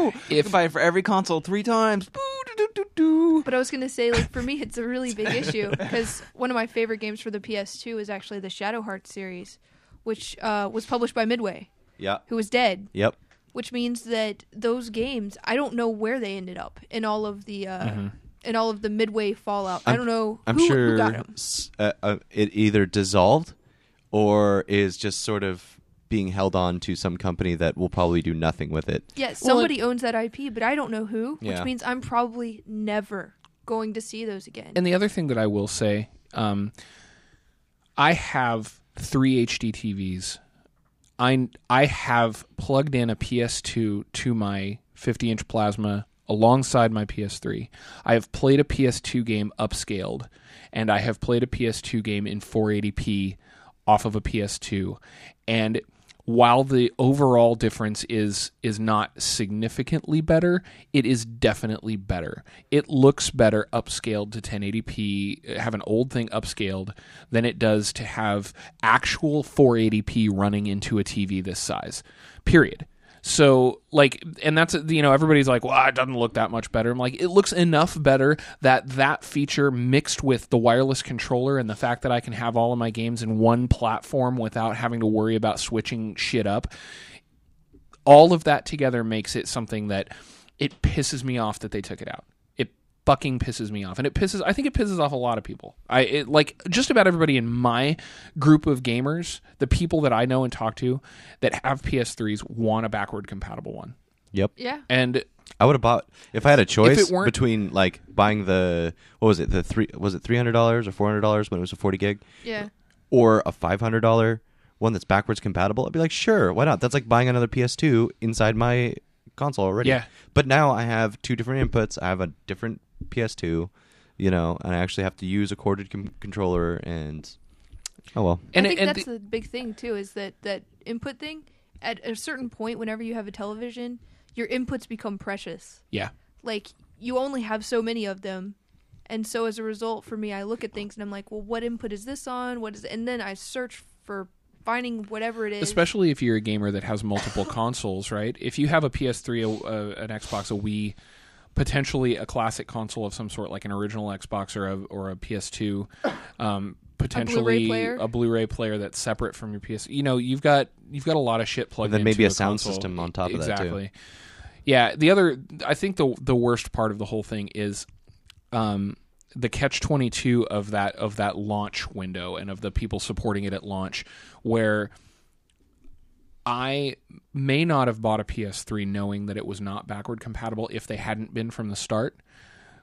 Speaker 5: you
Speaker 2: If-
Speaker 5: can buy it for every console three times. Boo! Do, do, do, do.
Speaker 3: But I was gonna say, like for me, it's a really big issue because one of my favorite games for the PS2 is actually the Shadow Hearts series, which uh, was published by Midway,
Speaker 4: Yeah.
Speaker 3: who was dead
Speaker 4: Yep.
Speaker 3: which means that those games I don't know where they ended up in all of the uh,
Speaker 2: Mm-hmm.
Speaker 3: in all of the midway fallout. I'm, I
Speaker 4: I'm-
Speaker 3: do not know
Speaker 4: I'm
Speaker 3: who,
Speaker 4: sure
Speaker 3: who got them.
Speaker 4: s- uh, uh, it either dissolved or is just sort of being held on to some company that will probably do nothing with it.
Speaker 3: Yes,
Speaker 2: Well,
Speaker 3: somebody owns that IP, but I don't know who,
Speaker 4: Yeah.
Speaker 3: which means I'm probably never going to see those again.
Speaker 2: And the other thing that I will say, um, I have three HD TVs. I I have plugged in a PS2 to my 50 inch plasma alongside my PS3. I have played a PS2 game upscaled, and I have played a PS2 game in 480p off of a PS2. And while the overall difference is is not significantly better, it is definitely better. It looks better upscaled to 1080p, have an old thing upscaled than it does to have actual 480p running into a TV this size. Period. So like, and that's you know everybody's like, well, it doesn't look that much better. I'm like, it looks enough better that that feature mixed with the wireless controller and the fact that I can have all of my games in one platform without having to worry about switching shit up, all of that together makes it something that it pisses me off that they took it out. It fucking pisses me off, and it pisses. I think it pisses off a lot of people. I it, like just about everybody in my group of gamers, the people that I know and talk to that have PS3s want a backward compatible one,
Speaker 4: Yep.
Speaker 3: yeah,
Speaker 2: and
Speaker 4: I would have bought if I had a choice
Speaker 2: it weren't-
Speaker 4: between like buying the what was it the three was it three hundred dollars or four hundred dollars when it was a forty gig
Speaker 3: yeah.
Speaker 4: or a five hundred dollar one that's backwards compatible. I'd be like, sure, why not? That's like buying another PS2 inside my console already.
Speaker 2: Yeah.
Speaker 4: But now I have two different inputs. I have a different PS2, you know, and I actually have to use a corded com- controller. And oh well,
Speaker 2: and
Speaker 3: I think
Speaker 2: and
Speaker 3: that's
Speaker 2: the-
Speaker 3: the big thing too is that that input thing. At a certain point, whenever you have a television, your inputs become precious.
Speaker 2: yeah.
Speaker 3: like you only have so many of them and so as a result for me i look at things and i'm like well what input is this on what is and then i search for finding whatever it is
Speaker 2: Especially if you're a gamer that has multiple consoles, right? If you have a PS3, a, a, an Xbox, a Wii, potentially a classic console of some sort, like an original Xbox or a, or a PS2, um, potentially
Speaker 3: player?
Speaker 2: Blu-ray player that's separate from your PS. You know, you've got you've got a lot of shit plugged.
Speaker 4: And then maybe
Speaker 2: into
Speaker 4: a sound
Speaker 2: console.
Speaker 4: system on top of that, too.
Speaker 2: exactly. Yeah, the other I think the the worst part of the whole thing is um, the catch twenty two of that of that launch window and of the people supporting it at launch, where I may not have bought a PS3 knowing that it was not backward compatible if they hadn't been from the start,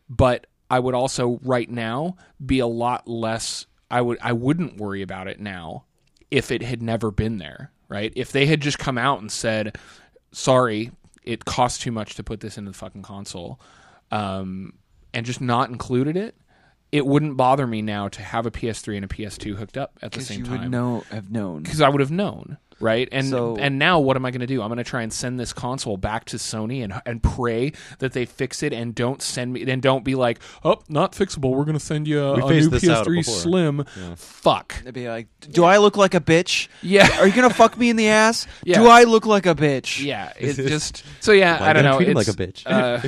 Speaker 2: but I would also right now be a lot less. I would I wouldn't worry about it now if it had never been there, right? If they had just come out and said, "Sorry, it costs too much to put this into the fucking console," um, and just not included it, it wouldn't bother me now to have a PS3 and a PS2 hooked up at the
Speaker 5: Because
Speaker 2: same
Speaker 5: you
Speaker 2: time
Speaker 5: would know, have known.
Speaker 2: because I would have known, right? And
Speaker 5: So-
Speaker 2: and now what am I going to do? I'm going to try and send this console back to Sony and and pray that they fix it and don't send me and don't be like, oh, not fixable. We're going to send you a,
Speaker 4: We
Speaker 2: a
Speaker 4: phased
Speaker 2: new
Speaker 4: this out
Speaker 2: PS3
Speaker 4: before.
Speaker 2: Slim. Fuck.
Speaker 5: They'd be like, "Do I look like a bitch?
Speaker 2: Yeah.
Speaker 5: Are you gonna fuck me in the ass?
Speaker 2: Yeah.
Speaker 5: Do I look like a bitch?
Speaker 2: Yeah, it just so yeah.
Speaker 4: Why
Speaker 2: I don't
Speaker 4: gotta
Speaker 2: know.
Speaker 4: treat 'em
Speaker 2: It's,
Speaker 4: like a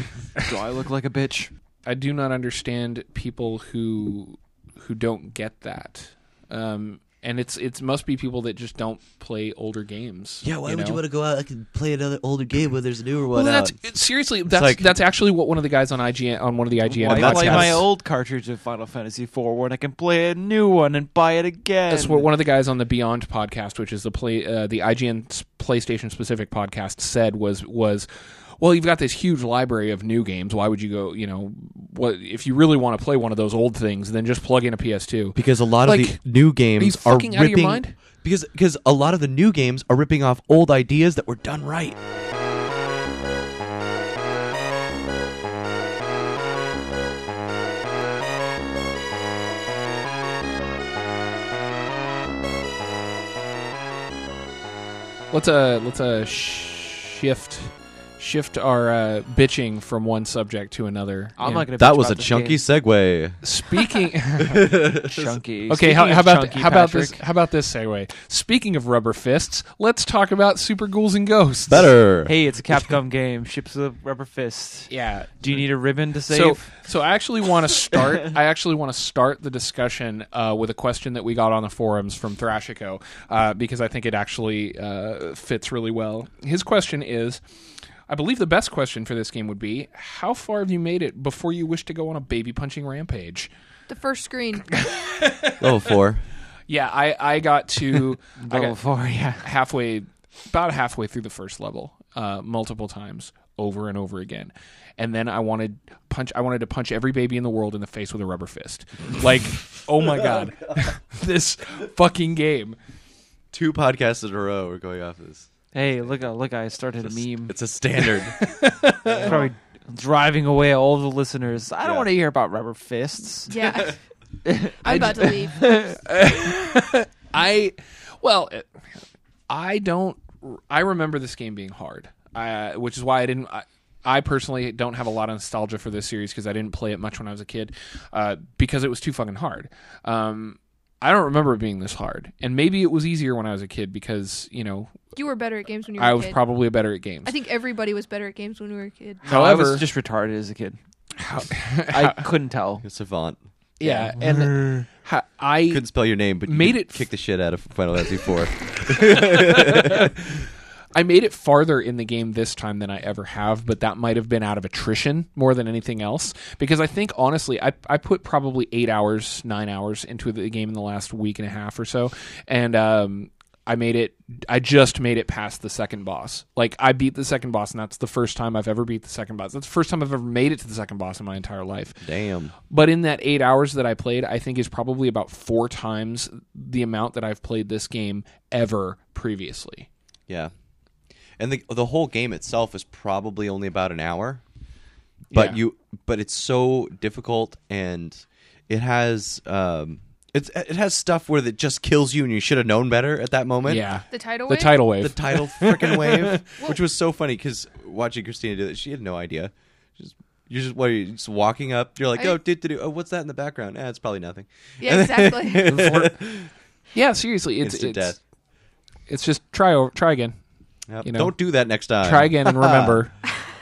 Speaker 4: bitch?
Speaker 2: uh,
Speaker 5: Do I look like a bitch?
Speaker 2: I do not understand people who who don't get that. Um, and it's it's must be people that just don't play older games.
Speaker 6: Yeah, why would you
Speaker 2: know?
Speaker 6: want to go out and play another older game when there's a newer
Speaker 2: Well,
Speaker 6: one
Speaker 2: that's
Speaker 5: uh,
Speaker 6: out?
Speaker 2: it- seriously. That's
Speaker 4: like-
Speaker 2: that's actually what one of the guys on IGN on one of the IGN
Speaker 5: Why
Speaker 2: podcasts.
Speaker 5: play my old cartridge of Final Fantasy IV when I can play a new one and buy it again?
Speaker 2: That's what one of the guys on the Beyond podcast, which is the play uh, the IGN s- PlayStation specific podcast, said was was. Well, you've got this huge library of new games. Why would you go? You know, what if you really want to play one of those old things? Then just plug in a PS2.
Speaker 4: because a lot
Speaker 2: Like,
Speaker 4: of the
Speaker 2: are
Speaker 4: new
Speaker 2: you
Speaker 4: games are
Speaker 2: fucking
Speaker 4: ripping
Speaker 2: out of your mind?
Speaker 4: because because a lot of the new games are ripping off old ideas that were done right.
Speaker 2: Let's uh let's uh shift shift our uh, bitching from one subject to another.
Speaker 5: I'm
Speaker 2: Yeah.
Speaker 5: not gonna.
Speaker 4: That
Speaker 5: bitch
Speaker 4: was a
Speaker 5: about this
Speaker 4: chunky
Speaker 5: game.
Speaker 4: segue.
Speaker 2: speaking.
Speaker 5: chunky.
Speaker 2: Okay,
Speaker 5: Speaking
Speaker 2: how,
Speaker 5: of
Speaker 2: how about
Speaker 5: chunky,
Speaker 2: how about
Speaker 5: Patrick,
Speaker 2: this? How about this segue? Speaking of rubber fists, let's talk about Super Ghouls and Ghosts.
Speaker 4: Better.
Speaker 5: Hey, it's a Capcom game. Ships a rubber fist.
Speaker 2: yeah.
Speaker 5: Do you need a ribbon to save?
Speaker 2: So, so I actually want to start. I actually want to start the discussion uh, with a question that we got on the forums from Thrashico uh, because I think it actually uh, fits really well. His question is, I believe the best question for this game would be, how far have you made it before you wish to go on a baby punching rampage?
Speaker 3: The first screen.
Speaker 2: Oh,
Speaker 4: Level four.
Speaker 2: Yeah, I I got to I
Speaker 5: level
Speaker 2: got,
Speaker 5: four. Oh, Yeah.
Speaker 2: halfway, about halfway through the first level, uh, multiple times, over and over again, and then I wanted punch. I wanted to punch every baby in the world in the face with a rubber fist. Like, oh my god, this fucking game.
Speaker 4: Two podcasts in a row. We're going off this.
Speaker 5: Hey, look! uh, Look, I started a meme.
Speaker 4: It's a standard.
Speaker 5: probably driving away all the listeners. I don't
Speaker 4: Yeah.
Speaker 5: want to hear about rubber fists.
Speaker 3: yeah. I'm about to leave.
Speaker 2: I, well, it- I don't. I remember this game being hard, uh, which is why I didn't. I, I personally don't have a lot of nostalgia for this series because I didn't play it much when I was a kid, uh, because it was too fucking hard. Um, I don't remember it being this hard, and maybe it was easier when I was a kid because you know
Speaker 3: You were better at games when you were
Speaker 2: I
Speaker 3: a
Speaker 2: was
Speaker 3: kid.
Speaker 2: probably better at games.
Speaker 3: I think everybody was better at games when we were a kid.
Speaker 2: However,
Speaker 5: I was just retarded as a kid. I couldn't tell.
Speaker 4: Savant.
Speaker 2: yeah, and ha- I
Speaker 4: Couldn't spell your name, but you
Speaker 2: Made
Speaker 4: could
Speaker 2: it f-
Speaker 4: kick the shit out of Final Fantasy four.
Speaker 2: I made it farther in the game this time than I ever have, but that might have been out of attrition more than anything else. Because I think honestly, I, I put probably eight hours, nine hours into the game in the last week and a half or so, and um, I made it. I just made it past the second boss. Like I beat the second boss, and that's the first time I've ever beat the second boss. That's the first time I've ever made it to the second boss in my entire life
Speaker 4: Damn.
Speaker 2: but in that eight hours that I played, I think is probably about four times the amount that I've played this game ever previously.
Speaker 4: Yeah. And the the whole game itself is probably only about an hour. But
Speaker 2: Yeah.
Speaker 4: you but it's so difficult and it has um it's it has stuff where that just kills you and you should have known better at that moment.
Speaker 2: yeah,
Speaker 3: The tidal
Speaker 2: the
Speaker 3: wave?
Speaker 2: tidal wave.
Speaker 4: The tidal freaking wave, which was so funny cuz watching Christina do that, she had no idea. She's you're just, what, are you just walking up. You're like,
Speaker 3: I-
Speaker 4: oh, did, did, oh, what's that in the background? Eh, it's probably nothing.
Speaker 3: Yeah, exactly.
Speaker 2: yeah, seriously, it's
Speaker 4: Instant
Speaker 2: it's,
Speaker 4: death.
Speaker 2: it's just try over, try again,
Speaker 4: Yep.
Speaker 2: you know,
Speaker 4: Don't do that next time.
Speaker 2: try again, and remember,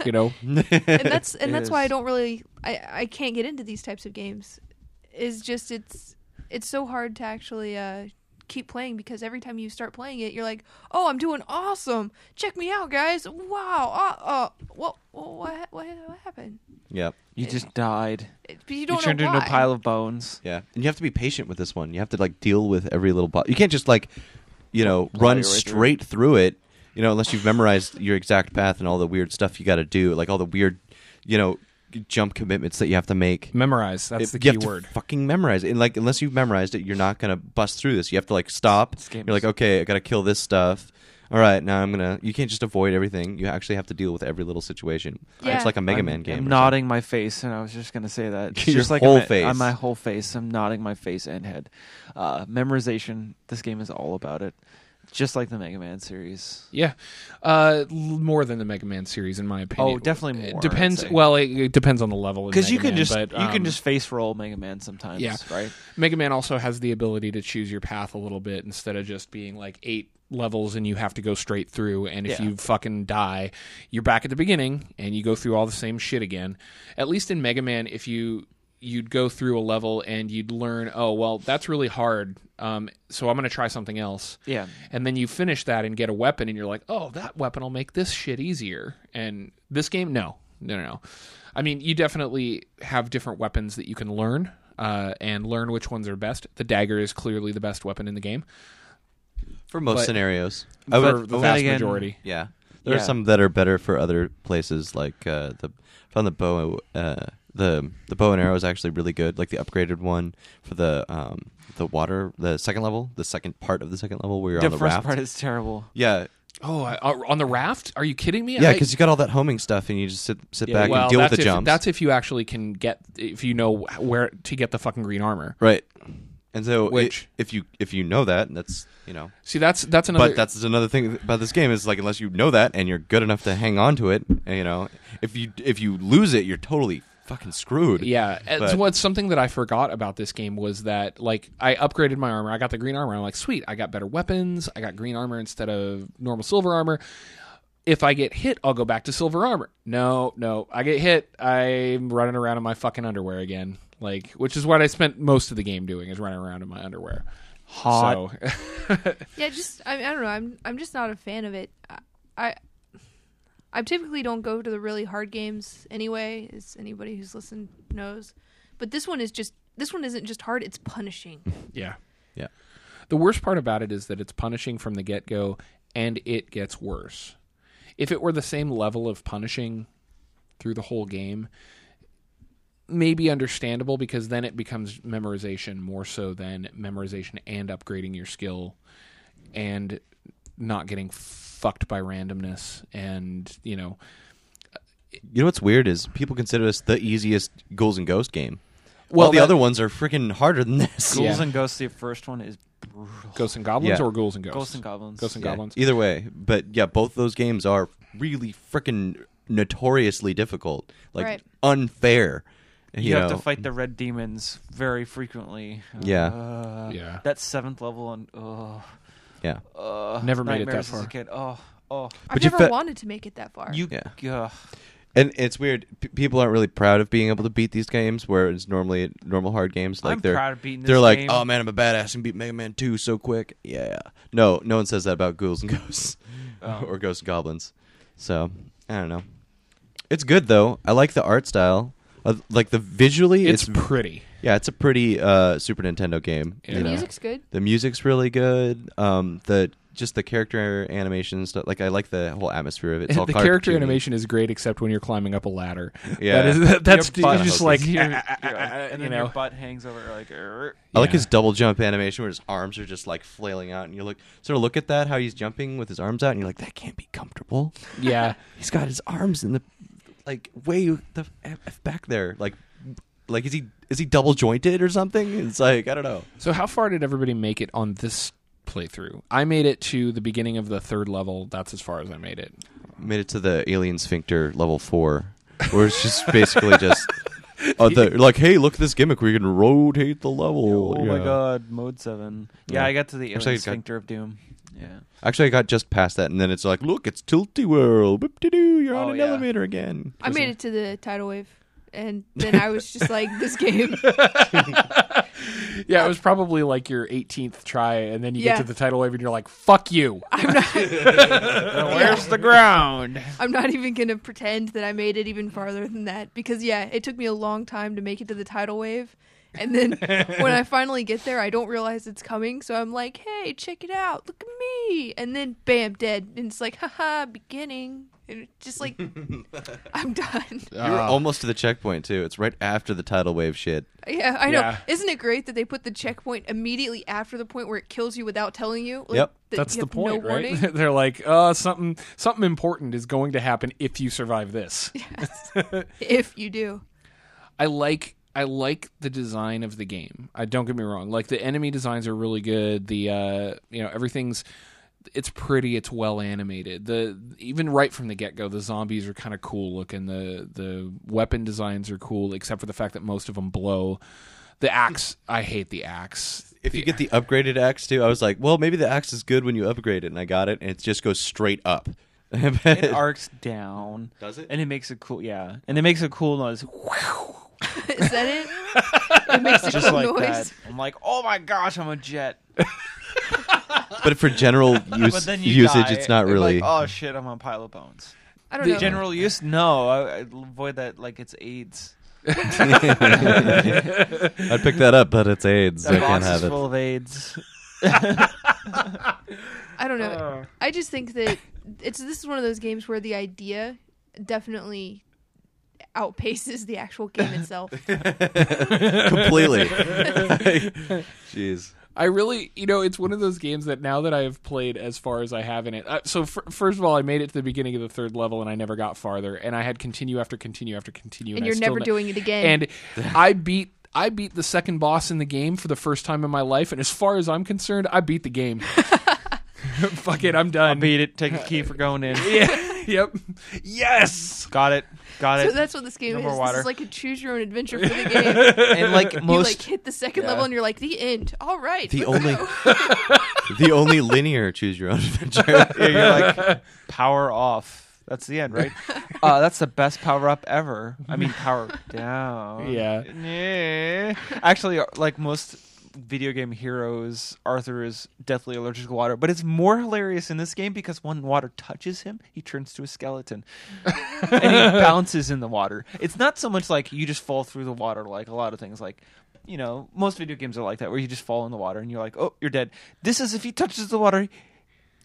Speaker 2: you know,
Speaker 3: and that's and that's why I
Speaker 5: is.
Speaker 3: don't really I, I can't get into these types of games. Is just it's it's so hard to actually uh keep playing because every time you start playing it, you're like, oh, I'm doing awesome. Check me out, guys. Wow. Uh, uh what what what, what happened?
Speaker 4: Yep.
Speaker 5: You just died.
Speaker 3: It- But you
Speaker 5: You
Speaker 3: don't
Speaker 5: turned
Speaker 3: know why.
Speaker 5: into a pile of bones.
Speaker 4: Yeah, and you have to be patient with this one. You have to like deal with every little boss. You can't just like, you know, run
Speaker 5: right through.
Speaker 4: straight through. it. You know, unless you've memorized your exact path and all the weird stuff you got to do, like all the weird, you know, jump commitments that you have to make.
Speaker 2: memorize. That's
Speaker 4: It-
Speaker 2: the
Speaker 4: you
Speaker 2: key
Speaker 4: have to
Speaker 2: word.
Speaker 4: fucking memorize it. And like, unless you've memorized it, you're not gonna bust through this. You have to like stop.
Speaker 5: This game
Speaker 4: You're like,
Speaker 5: is-
Speaker 4: okay, I gotta kill this stuff. all right, now I'm gonna. You can't just avoid everything. You actually have to deal with every little situation.
Speaker 3: Yeah.
Speaker 4: It's like a Mega
Speaker 5: I'm-
Speaker 4: Man game.
Speaker 5: I'm
Speaker 4: or
Speaker 5: nodding my face, and I was just gonna say that.
Speaker 4: Your
Speaker 5: just like
Speaker 4: whole
Speaker 5: I'm at-
Speaker 4: face.
Speaker 5: I'm my whole face. I'm nodding my face and head. Uh, memorization. This game is all about it. Just like the Mega Man series.
Speaker 2: Yeah, uh, l- more than the Mega Man series, in my opinion.
Speaker 5: Oh, definitely more,
Speaker 2: It
Speaker 5: I'd
Speaker 2: depends.
Speaker 5: say.
Speaker 2: Well, it, it depends on the level.
Speaker 5: Because
Speaker 2: Because
Speaker 5: you can just
Speaker 2: but,
Speaker 5: you can
Speaker 2: um,
Speaker 5: just face roll Mega Man sometimes,
Speaker 2: Yeah.
Speaker 5: right?
Speaker 2: Mega Man also has the ability to choose your path a little bit instead of just being like eight levels and you have to go straight through. And if
Speaker 5: Yeah.
Speaker 2: you fucking die, you're back at the beginning and you go through all the same shit again. At least in Mega Man, if you you'd go through a level and you'd learn, oh well, that's really hard. Um, so I'm gonna try something else.
Speaker 5: Yeah.
Speaker 2: And then you finish that and get a weapon, and you're like, oh, that weapon will make this shit easier. And this game, no, no, no, no. I mean, you definitely have different weapons that you can learn uh, and learn which ones are best. The dagger is clearly the best weapon in the game
Speaker 4: something. for most
Speaker 2: but-
Speaker 4: scenarios. I
Speaker 2: for
Speaker 4: would-
Speaker 2: the
Speaker 5: then
Speaker 2: vast
Speaker 5: again-
Speaker 2: majority.
Speaker 4: yeah, there
Speaker 5: Yeah.
Speaker 4: are some that are better for other places, like uh, the from the bow. Uh, the the bow and arrow is actually really good. Like the upgraded one for the um, the water, the second level, the second part of the second level where you're
Speaker 5: The
Speaker 4: on the
Speaker 5: first
Speaker 4: raft.
Speaker 5: part is terrible.
Speaker 4: yeah,
Speaker 2: Oh, I, uh, on the raft? Are you kidding me?
Speaker 4: Yeah,
Speaker 2: I-
Speaker 4: because you got all that homing stuff, and you just sit sit
Speaker 5: Yeah,
Speaker 4: back
Speaker 2: well,
Speaker 4: and deal with
Speaker 2: that's
Speaker 4: the
Speaker 2: if,
Speaker 4: jumps.
Speaker 2: That's if you actually can get, if you know where to get the fucking green armor.
Speaker 4: right. And so, it-
Speaker 2: Which-
Speaker 4: if you if you know that, that's you know.
Speaker 2: See, that's that's another.
Speaker 4: but that's another thing about this game is like unless you know that and you're good enough to hang on to it, you know, if you if you lose it, you're totally fucking screwed.
Speaker 2: Yeah, it's
Speaker 4: But-
Speaker 2: what's something that I forgot about this game was that like I upgraded my armor. I got the green armor. I'm like, sweet, I got better weapons. I got green armor instead of normal silver armor. If I get hit, I'll go back to silver armor. No, no, I get hit. I'm running around in my fucking underwear again. Like, which is what I spent most of the game doing is running around in my underwear.
Speaker 5: Hot.
Speaker 2: So,
Speaker 3: Yeah, just I, I don't know. I'm I'm just not a fan of it. I, I I typically don't go to the really hard games anyway, as anybody who's listened knows. But this one is just this one isn't just hard; it's punishing.
Speaker 2: yeah,
Speaker 4: Yeah.
Speaker 2: The worst part about it is that it's punishing from the get go, and it gets worse. If it were the same level of punishing through the whole game, maybe understandable because then it becomes memorization more so than memorization and upgrading your skill and not getting fucked by randomness and you know
Speaker 4: You know what's weird is people consider this the easiest Ghouls and Ghost game.
Speaker 2: Well,
Speaker 4: Well, the
Speaker 2: that-
Speaker 4: other ones are freaking harder than this.
Speaker 2: Yeah.
Speaker 5: Ghouls and Ghosts. The first one is brutal.
Speaker 2: ghosts and goblins
Speaker 4: Yeah.
Speaker 2: or ghouls and ghosts
Speaker 5: Ghosts and Goblins.
Speaker 2: Ghosts and
Speaker 4: Yeah,
Speaker 2: goblins
Speaker 4: Either way, but yeah, both those games are really freaking notoriously difficult, like
Speaker 3: Right.
Speaker 4: unfair. You,
Speaker 5: you, have
Speaker 4: know?
Speaker 5: to fight the red demons very frequently.
Speaker 4: Yeah.
Speaker 5: Uh,
Speaker 2: Yeah.
Speaker 5: That seventh level on. Oh,
Speaker 4: Yeah,
Speaker 5: uh,
Speaker 2: Never made it that
Speaker 5: nightmares as a
Speaker 2: far.
Speaker 5: kid. Oh, oh.
Speaker 3: I've
Speaker 4: But you
Speaker 3: never
Speaker 4: fe-
Speaker 3: wanted to make it that far.
Speaker 5: You.
Speaker 4: Yeah.
Speaker 5: Yeah.
Speaker 4: and it's weird. P- people aren't really proud of being able to beat these games, where it's normally normal hard games. Like
Speaker 5: I'm
Speaker 4: they're
Speaker 5: proud of beating
Speaker 4: they're
Speaker 5: this
Speaker 4: like,
Speaker 5: game.
Speaker 4: oh man, I'm a badass and beat Mega Man Two so quick. Yeah. No, no one says that about Ghouls and Ghosts
Speaker 5: Oh.
Speaker 4: or Ghosts and Goblins. So I don't know. It's good though. I like the art style. Uh, like the visually,
Speaker 2: it's
Speaker 4: it's,
Speaker 2: pretty
Speaker 4: yeah, it's a pretty uh, Super Nintendo game.
Speaker 2: Yeah.
Speaker 3: the
Speaker 4: You know?
Speaker 3: music's good.
Speaker 4: The music's really good. Um, the just the character animation and stuff. Like I like the whole atmosphere of it. It's all
Speaker 2: the character
Speaker 4: cartoony.
Speaker 2: animation is great except when you're climbing up a ladder
Speaker 4: Yeah.
Speaker 2: that is, that, that's
Speaker 5: Your butt
Speaker 2: you're just
Speaker 5: hoses.
Speaker 2: like
Speaker 5: Your-
Speaker 2: "Ah, ah, ah,
Speaker 5: your-
Speaker 2: ah, ah,"
Speaker 5: and
Speaker 2: you
Speaker 5: then
Speaker 2: know
Speaker 5: your butt hangs over like. "Er, "Err."
Speaker 4: I like
Speaker 2: Yeah.
Speaker 4: his double jump animation where his arms are just like flailing out, and you look sort of look at that how he's jumping with his arms out, and you're like, that can't be comfortable.
Speaker 2: yeah
Speaker 4: He's got his arms in the like way the f back there, like like is he is he double jointed or something? It's like I don't know.
Speaker 2: So how far did everybody make it on this playthrough? I made it to the beginning of the third level. That's as far as I made it.
Speaker 4: Made it to the alien sphincter level four, where it's just basically just. Oh, the, like, hey, look at this gimmick. We can rotate the level.
Speaker 5: Oh my
Speaker 4: Yeah.
Speaker 5: god, mode seven. Yeah,
Speaker 4: Yeah.
Speaker 5: I got to the
Speaker 4: Actually, I
Speaker 5: alien
Speaker 4: got-
Speaker 5: sphincter of doom. Yeah.
Speaker 4: Actually, I got just past that, and then it's like, look, it's Tilty Whirl. Boop de doo. You're on
Speaker 5: Oh,
Speaker 4: an
Speaker 5: yeah.
Speaker 4: elevator again.
Speaker 3: I made it to the tidal wave, and then I was just like, "This game."
Speaker 2: Yeah, it was probably like your 18th try, and then you
Speaker 3: Yeah.
Speaker 2: get to the title wave, and you're like, "Fuck you!"
Speaker 3: I'm not.
Speaker 5: Where's the ground?
Speaker 3: I'm not even gonna pretend that I made it even farther than that because yeah, it took me a long time to make it to the tidal wave. And then when I finally get there, I don't realize it's coming, so I'm like, "Hey, check it out! Look at me!" And then, bam, dead. And it's like, "Haha, beginning." And it's just like I'm done.
Speaker 4: you were almost to the checkpoint too. It's right after the tidal wave shit.
Speaker 3: Yeah, I know.
Speaker 2: Yeah.
Speaker 3: Isn't it great that they put the checkpoint immediately after the point where it kills you without telling you? Like,
Speaker 4: Yep.
Speaker 3: that
Speaker 2: That's
Speaker 3: you
Speaker 2: the
Speaker 3: have no
Speaker 2: point, right?
Speaker 3: warning?
Speaker 2: They're like, uh, something something important is going to happen if you survive this.
Speaker 3: if you do.
Speaker 2: I like I like the design of the game. I don't get me wrong. Like the enemy designs are really good. The uh, you know everything's it's pretty. It's well animated. The even right from the get go, the zombies are kind of cool looking. The the weapon designs are cool, except for the fact that most of them blow. The axe, I hate the axe.
Speaker 4: If you get the upgraded axe too, I was like, well, maybe the axe is good when you upgrade it, and I got it, and it just goes straight up.
Speaker 5: It arcs down.
Speaker 4: Does it?
Speaker 5: And it makes a cool yeah. And it makes a cool noise.
Speaker 3: Is that it? it makes a
Speaker 5: Just
Speaker 3: cool
Speaker 5: like
Speaker 3: noise.
Speaker 5: that. I'm like, oh my gosh, I'm a jet.
Speaker 4: but for general
Speaker 5: But
Speaker 4: use,
Speaker 5: then you
Speaker 4: usage,
Speaker 5: die.
Speaker 4: it's not
Speaker 5: You're
Speaker 4: really.
Speaker 5: Like, oh shit, I'm on a pile of bones.
Speaker 3: I don't
Speaker 2: The
Speaker 3: know.
Speaker 5: General use? No, I, I avoid that like it's AIDS.
Speaker 4: I'd pick that up, but it's AIDS.
Speaker 5: That
Speaker 4: I can't
Speaker 5: box
Speaker 4: have
Speaker 5: is
Speaker 4: it.
Speaker 5: full of AIDS.
Speaker 3: I don't know. I just think that it's this is one of those games where the idea definitely outpaces the actual game itself.
Speaker 4: Completely. Jeez.
Speaker 2: I really, you know, it's one of those games that now that I have played as far as I have in it. Uh, so f- first of all, I made it to the beginning of the third level and I never got farther, and I had continue after continue after continue,
Speaker 3: and
Speaker 2: I
Speaker 3: you're
Speaker 2: still
Speaker 3: never
Speaker 2: ne-
Speaker 3: doing it again.
Speaker 2: And I beat. I beat the second boss in the game for the first time in my life, and as far as I'm concerned, I beat the game. Fuck it, I'm done.
Speaker 5: Beat it. Take a key for going in.
Speaker 2: yeah, yep. Yes.
Speaker 5: Got it. Got
Speaker 3: so
Speaker 5: it.
Speaker 3: that's what this game
Speaker 5: No
Speaker 3: is.
Speaker 5: more
Speaker 3: This
Speaker 5: water.
Speaker 3: is like a choose your own adventure for the game.
Speaker 5: and like
Speaker 3: you
Speaker 5: most
Speaker 3: like hit the second
Speaker 5: Yeah.
Speaker 3: level and you're like the end. All right.
Speaker 4: The
Speaker 3: let's
Speaker 4: only,
Speaker 3: go.
Speaker 4: the only linear choose your own adventure.
Speaker 5: Yeah, you're like power off. That's the end, right? uh, that's the best power up ever. I mean, power down.
Speaker 2: Yeah.
Speaker 5: Yeah. Actually, uh, like most video game heroes, Arthur is deathly allergic to water, but it's more hilarious in this game because when water touches him, he turns to a skeleton and he bounces in the water. It's not so much like you just fall through the water like a lot of things like you know, most video games are like that where you just fall in the water and you're like, "Oh, you're dead." This is if he touches the water,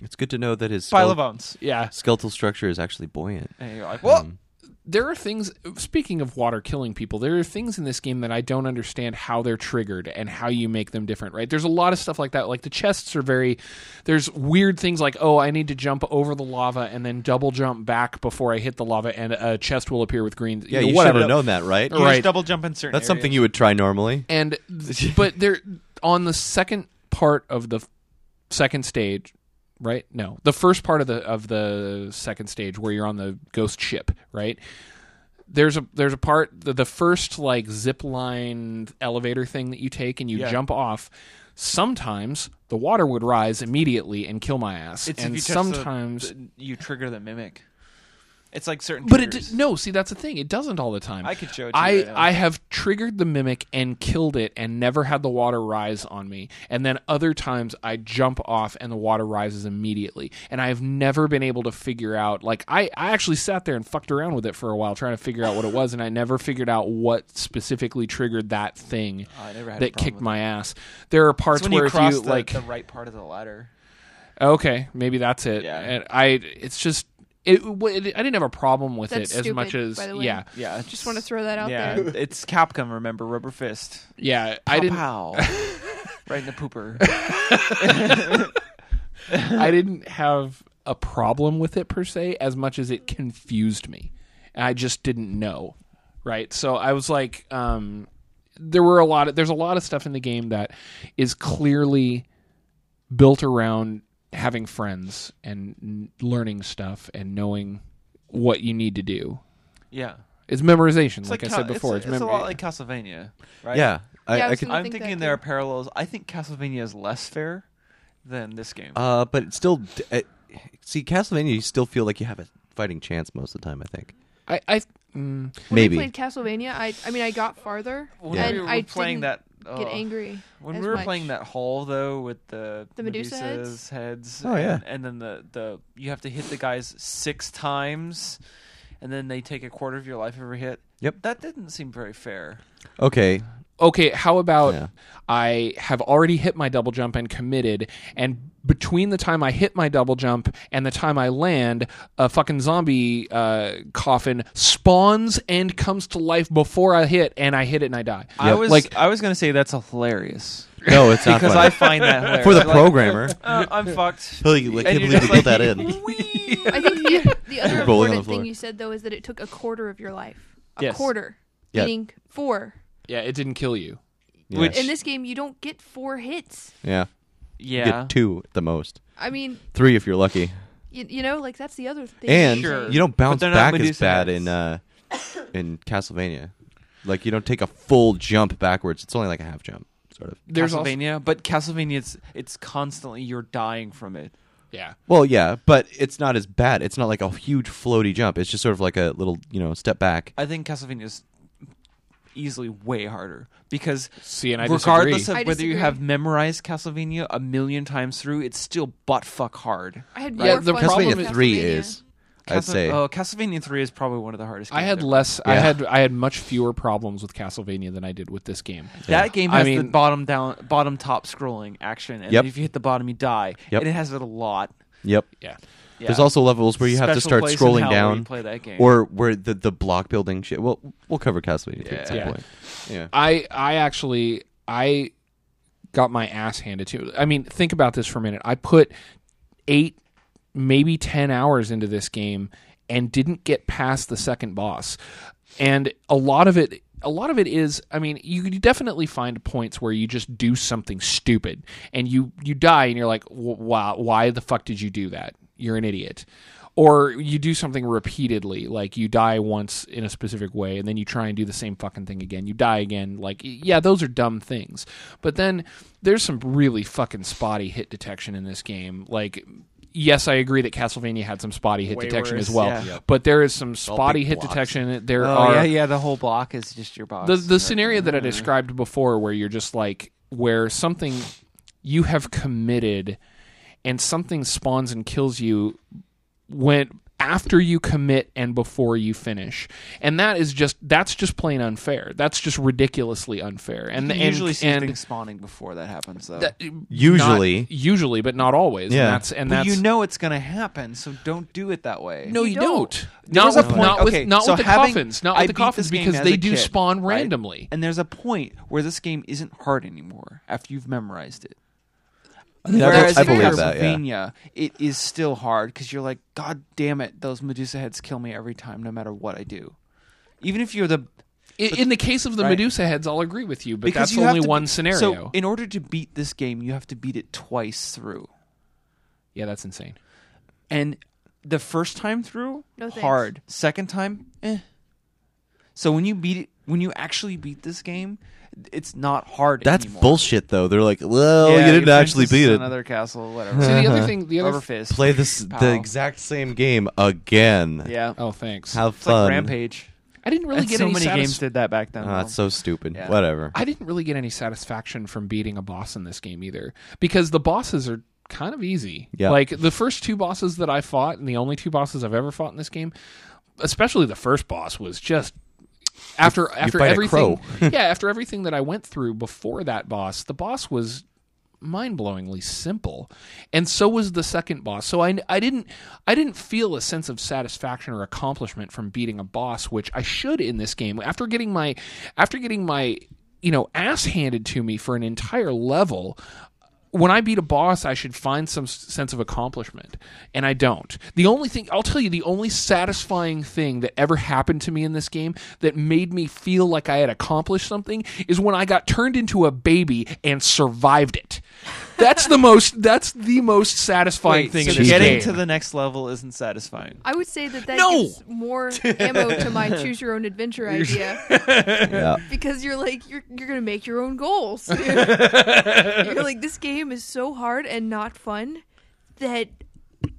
Speaker 4: it's good to know that his
Speaker 5: pile
Speaker 4: skele-
Speaker 5: of bones.
Speaker 2: Yeah.
Speaker 4: skeletal structure is actually buoyant.
Speaker 5: And you're like,
Speaker 2: Hmm.
Speaker 5: "Whoa."
Speaker 2: there are things speaking of water killing people there are things in this game that i don't understand how they're triggered and how you make them different right there's a lot of stuff like that like the chests are very there's weird things like oh i need to jump over the lava and then double jump back before i hit the lava and a chest will appear with green
Speaker 4: Yeah,
Speaker 2: know,
Speaker 4: you should
Speaker 2: whatever
Speaker 4: have known that, right?
Speaker 5: You
Speaker 2: Right.
Speaker 5: just double jump in certain
Speaker 4: That's
Speaker 5: areas.
Speaker 4: something you would try normally.
Speaker 2: and th- but there on the second part of the f- second stage right no the first part of the of the second stage where you're on the ghost ship right there's a there's a part the, the first like zip line elevator thing that you take and you
Speaker 5: Yeah.
Speaker 2: jump off sometimes the water would rise immediately and kill my ass
Speaker 5: It's if
Speaker 2: and
Speaker 5: you touch the-
Speaker 2: sometimes
Speaker 5: the- you trigger the mimic. It's like certain.
Speaker 2: but it
Speaker 5: triggers.
Speaker 2: d- no see that's the thing it doesn't all the time
Speaker 5: I could show it to
Speaker 2: I,
Speaker 5: you right now.
Speaker 2: I have triggered the mimic and killed it and never had the water rise on me. And then other times I jump off and the water rises immediately. And I have never been able to figure out like I, I actually sat there and fucked around with it for a while trying to figure out what it was and I never figured out what specifically triggered that thing
Speaker 5: Oh, I never had a
Speaker 2: that
Speaker 5: problem
Speaker 2: kicked
Speaker 5: with
Speaker 2: my ass. There are parts
Speaker 5: It's when
Speaker 2: where
Speaker 5: you
Speaker 2: if
Speaker 5: cross
Speaker 2: you
Speaker 5: the,
Speaker 2: like
Speaker 5: the right part of the ladder.
Speaker 2: Okay, maybe that's it.
Speaker 5: Yeah.
Speaker 2: And I it's just it, w- it- I didn't have a problem with
Speaker 3: That's
Speaker 2: it as much
Speaker 3: stupid,
Speaker 2: as
Speaker 3: by the way.
Speaker 2: yeah.
Speaker 5: Yeah,
Speaker 3: Just want to throw that out
Speaker 5: yeah,
Speaker 3: there.
Speaker 5: it's Capcom. Remember, Rubber Fist.
Speaker 2: Yeah, I
Speaker 5: Pow,
Speaker 2: didn't
Speaker 5: pow. right in the pooper.
Speaker 2: I didn't have a problem with it per se as much as it confused me. And I just didn't know. Right. So I was like, um, there were a lot of, there's a lot of stuff in the game that is clearly built around having friends and n- learning stuff and knowing what you need to do.
Speaker 5: Yeah,
Speaker 2: It's memorization, like, I
Speaker 5: Cal-
Speaker 2: said before. It's,
Speaker 5: it's, a
Speaker 2: mem-
Speaker 5: lot like Castlevania, right?
Speaker 4: Yeah, I,
Speaker 3: Yeah, I
Speaker 4: I
Speaker 3: was
Speaker 4: could.
Speaker 3: gonna-
Speaker 5: I'm
Speaker 3: think that
Speaker 5: thinking there
Speaker 3: too.
Speaker 5: are parallels. I think Castlevania is less fair than this game.
Speaker 4: Uh, but it's still, uh, see, Castlevania, you still feel like you have a fighting chance most of the time. I think
Speaker 2: I, I mm,
Speaker 3: When
Speaker 4: maybe.
Speaker 3: I played Castlevania, I I mean I got farther
Speaker 5: when
Speaker 4: yeah.
Speaker 5: we
Speaker 3: and
Speaker 5: were
Speaker 3: I
Speaker 5: playing
Speaker 3: didn't
Speaker 5: that, oh,
Speaker 3: get angry.
Speaker 5: when
Speaker 3: as
Speaker 5: we were
Speaker 3: much.
Speaker 5: playing that hall though with the
Speaker 3: The Medusa heads?
Speaker 5: Medusa's heads,
Speaker 4: Oh,
Speaker 5: and,
Speaker 4: yeah.
Speaker 5: and then the the you have to hit the guys six times, and then they take a quarter of your life every hit.
Speaker 4: Yep.
Speaker 5: that didn't seem very fair.
Speaker 4: Okay,
Speaker 2: okay, how about
Speaker 4: Yeah.
Speaker 2: I have already hit my double jump and committed, and between the time I hit my double jump and the time I land, a fucking zombie uh, coffin spawns and comes to life before I hit, and I hit it and I die.
Speaker 5: I was
Speaker 2: like,
Speaker 5: like, I was gonna say that's hilarious
Speaker 4: No, it's not
Speaker 5: because
Speaker 4: funny.
Speaker 5: I find that hilarious.
Speaker 4: for the
Speaker 5: Like,
Speaker 4: programmer.
Speaker 5: uh, I'm fucked.
Speaker 6: Oh, you- I
Speaker 5: And
Speaker 6: can't
Speaker 5: you're
Speaker 6: believe
Speaker 5: just
Speaker 6: you put
Speaker 5: like-
Speaker 6: that in.
Speaker 3: I think the, the other
Speaker 4: Rolling on the
Speaker 3: important
Speaker 4: floor.
Speaker 3: thing you said though is that it took a quarter of your life. A
Speaker 2: Yes.
Speaker 3: quarter,
Speaker 4: Yeah.
Speaker 3: meaning four.
Speaker 2: yeah, it didn't kill you.
Speaker 4: Yeah.
Speaker 5: Which-
Speaker 3: In this game, you don't get four hits.
Speaker 4: yeah. You
Speaker 5: Yeah.
Speaker 4: Get two at the most.
Speaker 3: I mean,
Speaker 4: Three if you're lucky.
Speaker 3: you, you know, like that's the other thing.
Speaker 4: And
Speaker 5: Sure.
Speaker 4: you don't bounce
Speaker 5: they're not
Speaker 4: back as
Speaker 5: Medusa
Speaker 4: bad
Speaker 5: heads.
Speaker 4: in uh, in Castlevania. Like you don't take a full jump backwards. It's only like a half jump, sort of.
Speaker 2: There's also-
Speaker 5: Castlevania, but Castlevania, it's it's constantly you're dying from it.
Speaker 2: yeah.
Speaker 4: Well, yeah, but it's not as bad. It's not like a huge floaty jump. It's just sort of like a little, you know, step back.
Speaker 5: I think Castlevania is easily way harder because
Speaker 2: See, and I
Speaker 5: regardless
Speaker 2: disagree.
Speaker 5: of
Speaker 3: I
Speaker 5: whether you
Speaker 3: disagree.
Speaker 5: have memorized Castlevania a million times through, it's still butt fuck hard.
Speaker 3: I had more
Speaker 2: Yeah, the
Speaker 3: fun
Speaker 2: problem
Speaker 3: playing
Speaker 2: is-
Speaker 4: Castlevania three
Speaker 3: Castlevania.
Speaker 4: is, I'd
Speaker 5: Castle-
Speaker 4: say,
Speaker 5: oh, Castlevania Three is probably one of the hardest.
Speaker 2: I
Speaker 5: games
Speaker 2: had
Speaker 5: ever.
Speaker 2: less. I
Speaker 4: Yeah.
Speaker 2: had I had much fewer problems with Castlevania than I did with this game.
Speaker 5: That game
Speaker 2: I
Speaker 5: has the
Speaker 2: mean-
Speaker 5: bottom down, bottom top scrolling action, and
Speaker 4: Yep.
Speaker 5: if you hit the bottom, you die.
Speaker 4: Yep.
Speaker 5: And it has it a lot.
Speaker 4: yep.
Speaker 2: Yeah.
Speaker 5: Yeah.
Speaker 4: There's also levels where you have to
Speaker 5: Special
Speaker 4: start
Speaker 5: place in
Speaker 4: scrolling
Speaker 5: hell where you
Speaker 4: down,
Speaker 5: play that game.
Speaker 4: or where the the block building shit. Well, we'll cover Castlevania three at some
Speaker 2: Yeah.
Speaker 4: point. Yeah,
Speaker 2: I I actually I got my ass handed to. I mean, think about this for a minute. I put eight, maybe ten hours into this game and didn't get past the second boss. And a lot of it a lot of it is I mean, you could definitely find points where you just do something stupid and you you die and you're like, "W- "Wow, why the fuck did you do that? You're an idiot." or you do something repeatedly like you die once in a specific way and then you try and do the same fucking thing again you die again like yeah those are dumb things but then there's some really fucking spotty hit detection in this game like yes i agree that castlevania had some spotty hit
Speaker 5: Way
Speaker 2: detection
Speaker 5: worse,
Speaker 2: as well
Speaker 5: yeah. Yep.
Speaker 2: but there is some spotty
Speaker 4: big
Speaker 2: hit
Speaker 4: blocks.
Speaker 2: detection there
Speaker 5: Oh,
Speaker 2: are
Speaker 5: yeah, yeah. The whole block is just your box.
Speaker 2: the the scenario that I
Speaker 5: Mm-hmm.
Speaker 2: described before, where you're just like where something you have committed, and something spawns and kills you when after you commit and before you finish, and that is just that's just plain unfair. That's just ridiculously unfair. And
Speaker 5: You
Speaker 2: and
Speaker 5: usually see
Speaker 2: and
Speaker 5: things spawning before that happens, though.
Speaker 2: that-
Speaker 4: Usually.
Speaker 2: not- usually, but not always.
Speaker 4: Yeah.
Speaker 2: and that's and
Speaker 5: But
Speaker 2: that's
Speaker 5: you know it's gonna happen, so don't do it that way.
Speaker 2: No,
Speaker 3: You
Speaker 2: you
Speaker 3: don't.
Speaker 2: don't.
Speaker 5: There
Speaker 2: Not
Speaker 5: was a
Speaker 2: with,
Speaker 5: point-
Speaker 2: not with,
Speaker 5: okay,
Speaker 2: not
Speaker 5: so
Speaker 2: with the
Speaker 5: having-
Speaker 2: coffins. Not
Speaker 5: I
Speaker 2: with the
Speaker 5: beat this
Speaker 2: coffins
Speaker 5: game
Speaker 2: because
Speaker 5: as
Speaker 2: they
Speaker 5: a
Speaker 2: do
Speaker 5: kid,
Speaker 2: spawn
Speaker 5: right?
Speaker 2: randomly.
Speaker 5: And there's a point where this game isn't hard anymore after you've memorized it.
Speaker 4: I
Speaker 5: Whereas
Speaker 4: believe
Speaker 5: in
Speaker 4: that, yeah.
Speaker 5: Castlevania, it is still hard because you're like, God damn it, those Medusa heads kill me every time, no matter what I do. Even if you're the
Speaker 2: I- in the case of the
Speaker 5: Right.
Speaker 2: Medusa heads, I'll agree with you, but
Speaker 5: because
Speaker 2: that's
Speaker 5: you have
Speaker 2: only
Speaker 5: to be-
Speaker 2: one scenario.
Speaker 5: So in order to beat this game, you have to beat it twice through,
Speaker 2: yeah, that's insane.
Speaker 5: and the first time through,
Speaker 3: No thanks.
Speaker 5: hard. Second time, eh. So when you beat it, when you actually beat this game, it's not hard.
Speaker 4: that's
Speaker 5: anymore.
Speaker 4: bullshit though. They're like, well,
Speaker 5: Yeah,
Speaker 4: you didn't
Speaker 5: finished
Speaker 4: actually
Speaker 5: this
Speaker 4: beat it.
Speaker 5: Another castle,
Speaker 2: See,
Speaker 5: whatever.
Speaker 2: the other thing, the other
Speaker 5: Rubber fist.
Speaker 4: Play this the
Speaker 5: Pal.
Speaker 4: exact same game again.
Speaker 5: Yeah.
Speaker 2: oh, thanks.
Speaker 4: Have
Speaker 5: It's
Speaker 4: fun.
Speaker 5: like Rampage.
Speaker 2: I didn't really
Speaker 5: And
Speaker 2: get
Speaker 5: so
Speaker 2: any
Speaker 5: many
Speaker 2: satis-
Speaker 5: games did that back then.
Speaker 4: Ah, it's so stupid.
Speaker 5: Yeah.
Speaker 4: Whatever.
Speaker 2: I didn't really get any satisfaction from beating a boss in this game either, because the bosses are kind of easy.
Speaker 4: Yeah.
Speaker 2: Like the first two bosses that I fought, and the only two bosses I've ever fought in this game, especially the first boss, was just after after
Speaker 4: fight a
Speaker 2: everything. yeah, after everything that I went through before that boss, the boss was mind-blowingly simple and so was the second boss so I, I didn't i didn't feel a sense of satisfaction or accomplishment from beating a boss which i should in this game after getting my after getting my you know ass handed to me for an entire level when I beat a boss, I should find some s- sense of accomplishment, and I don't. The only thing I'll tell you, the only satisfying thing that ever happened to me in this game that made me feel like I had accomplished something is when I got turned into a baby and survived it. That's the most. That's the most satisfying thing in
Speaker 5: so
Speaker 2: this
Speaker 5: getting
Speaker 2: game.
Speaker 5: to the next level isn't satisfying.
Speaker 3: I would say that that
Speaker 2: No!
Speaker 3: gives more ammo to my choose your own adventure idea
Speaker 4: yeah.
Speaker 3: because you're like you're you're gonna make your own goals. you're like this game is so hard and not fun that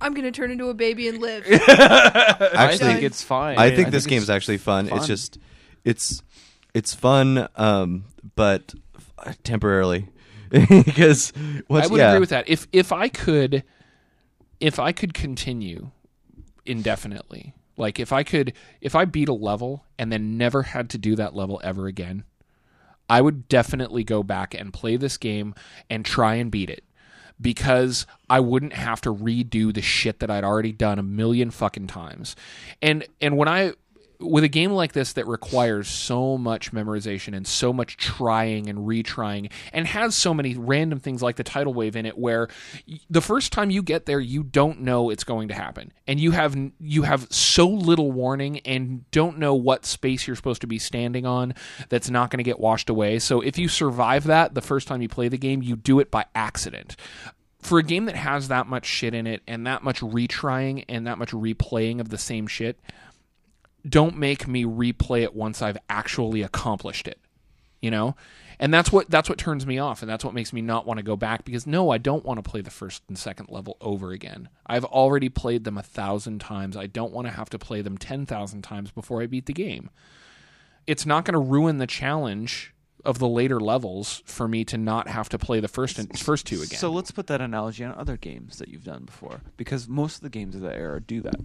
Speaker 3: I'm gonna turn into a baby and live.
Speaker 4: Actually,
Speaker 5: I think it's fine.
Speaker 4: I think this game's
Speaker 5: it's
Speaker 4: actually fun. It's
Speaker 5: fun.
Speaker 4: just, it's, it's fun, um, but f- temporarily, because once
Speaker 2: I would
Speaker 4: yeah,
Speaker 2: agree with that. If if I could, if I could continue indefinitely, like if I could, if I beat a level and then never had to do that level ever again, I would definitely go back and play this game and try and beat it because I wouldn't have to redo the shit that I'd already done a million fucking times. And and when I with a game like this that requires so much memorization and so much trying and retrying and has so many random things like the tidal wave in it where y- the first time you get there you don't know it's going to happen and you have n- you have so little warning and don't know what space you're supposed to be standing on that's not going to get washed away so if you survive that the first time you play the game you do it by accident for a game that has that much shit in it and that much retrying and that much replaying of the same shit don't make me replay it once I've actually accomplished it. You know? And that's what that's what turns me off and that's what makes me not want to go back because no, I don't want to play the first and second level over again. I've already played them a thousand times. I don't want to have to play them ten thousand times before I beat the game. It's not going to ruin the challenge of the later levels for me to not have to play the first and first two again.
Speaker 5: So let's put that analogy on other games that you've done before, because most of the games of that era do that.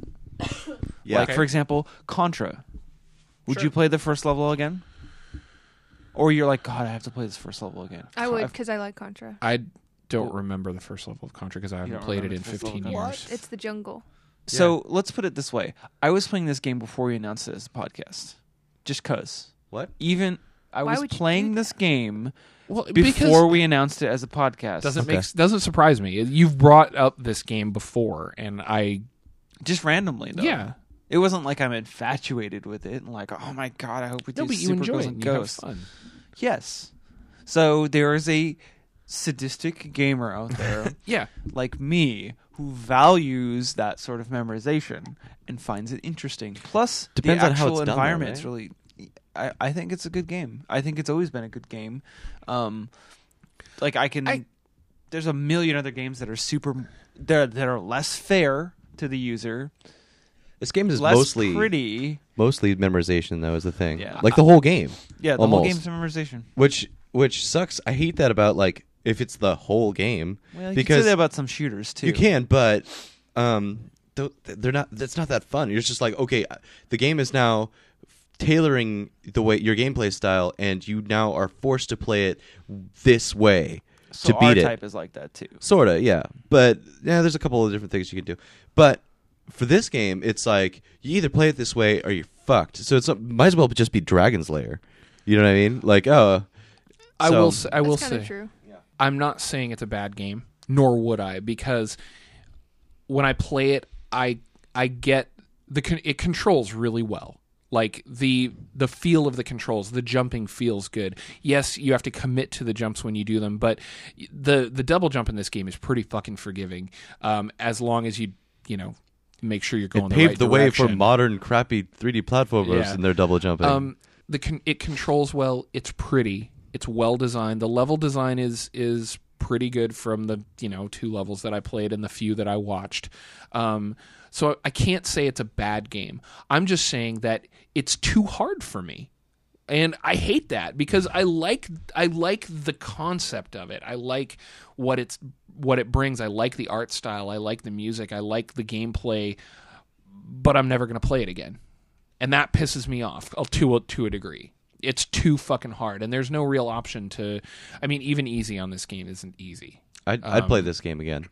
Speaker 4: Yeah.
Speaker 5: Like for example, Contra. Would you play the first level again? Or you're like, God, I have to play this first level again.
Speaker 3: I would
Speaker 5: I've-
Speaker 3: because I like Contra.
Speaker 2: I don't remember the first level of Contra because I haven't
Speaker 5: don't
Speaker 2: played it
Speaker 5: remember
Speaker 2: in
Speaker 5: the first level
Speaker 2: 15
Speaker 5: of Contra?
Speaker 2: years.
Speaker 3: What? It's the jungle.
Speaker 5: So let's put it this way: I was playing this game before we announced it as a podcast, just cause.
Speaker 4: What?
Speaker 5: Even I
Speaker 3: Why
Speaker 5: was
Speaker 3: would you do
Speaker 5: playing
Speaker 3: that?
Speaker 5: this game
Speaker 2: Well,
Speaker 5: before we announced it as a podcast.
Speaker 2: doesn't
Speaker 4: Okay.
Speaker 2: make doesn't surprise me. You've brought up this game before, and I uh,
Speaker 5: just randomly though.
Speaker 2: yeah.
Speaker 5: It wasn't like I'm infatuated with it and like, oh my god, I hope we do
Speaker 2: No, but you
Speaker 5: Super
Speaker 2: enjoy it.
Speaker 5: Girls and
Speaker 2: And you have
Speaker 5: Ghosts.
Speaker 2: fun.
Speaker 5: Yes. So there is a sadistic gamer out there
Speaker 2: Yeah,
Speaker 5: like me who values that sort of memorization and finds it interesting. Plus,
Speaker 4: Depends
Speaker 5: the
Speaker 4: on how
Speaker 5: actual
Speaker 4: it's done, though,
Speaker 5: environment. It's
Speaker 4: right?
Speaker 5: really, I, I think it's a good game. I think it's always been a good game. Um, like I can,
Speaker 2: I-
Speaker 5: there's a million other games that are super, that that are less fair to the user,
Speaker 4: This game is
Speaker 5: less
Speaker 4: mostly
Speaker 5: pretty.
Speaker 4: mostly memorization though is the thing.
Speaker 5: Yeah.
Speaker 4: Like the whole game.
Speaker 5: Yeah, the
Speaker 4: almost.
Speaker 5: whole game's memorization.
Speaker 4: which which sucks. I hate that about like if it's the whole game
Speaker 5: Well, you can
Speaker 4: because
Speaker 5: say that about some shooters too.
Speaker 4: you can, but um, th- they're not. That's not that fun. You're just like, okay, uh, the game is now tailoring the way your gameplay style, and you now are forced to play it this way
Speaker 5: So
Speaker 4: to beat it.
Speaker 5: type is like that too.
Speaker 4: Sort of, yeah. But yeah, there's a couple of different things you can do. But for this game, it's like you either play it this way or you're fucked. So it's might as well just be Dragon's Lair. You know what I mean? Like, oh,
Speaker 2: I
Speaker 4: So-
Speaker 2: will. s- I will
Speaker 3: That's kind
Speaker 2: say
Speaker 3: of true.
Speaker 2: I'm not saying it's a bad game, nor would I, because when I play it, I I get the con- it controls really well. Like the the feel of the controls, the jumping feels good. Yes, you have to commit to the jumps when you do them, but the the double jump in this game is pretty fucking forgiving, um, as long as you you know make sure you're going
Speaker 4: it
Speaker 2: the
Speaker 4: paved
Speaker 2: right
Speaker 4: the, way for
Speaker 2: direction.
Speaker 4: modern crappy 3D platformers
Speaker 2: Yeah.
Speaker 4: and their double jumping.
Speaker 2: Um, the con- it controls well. It's pretty. It's well designed. The level design is is pretty good from the you know two levels that I played and the few that I watched. Um, so I can't say it's a bad game. I'm just saying that it's too hard for me. And I hate that because I like I like the concept of it. I like what it's what it brings. I like the art style. I like the music. I like the gameplay. But I'm never going to play it again and that pisses me off uh, to a, to a degree. It's too fucking hard, and there's no real option to. I mean, even easy on this game isn't easy.
Speaker 4: I'd, I'd
Speaker 2: Um,
Speaker 4: play this game again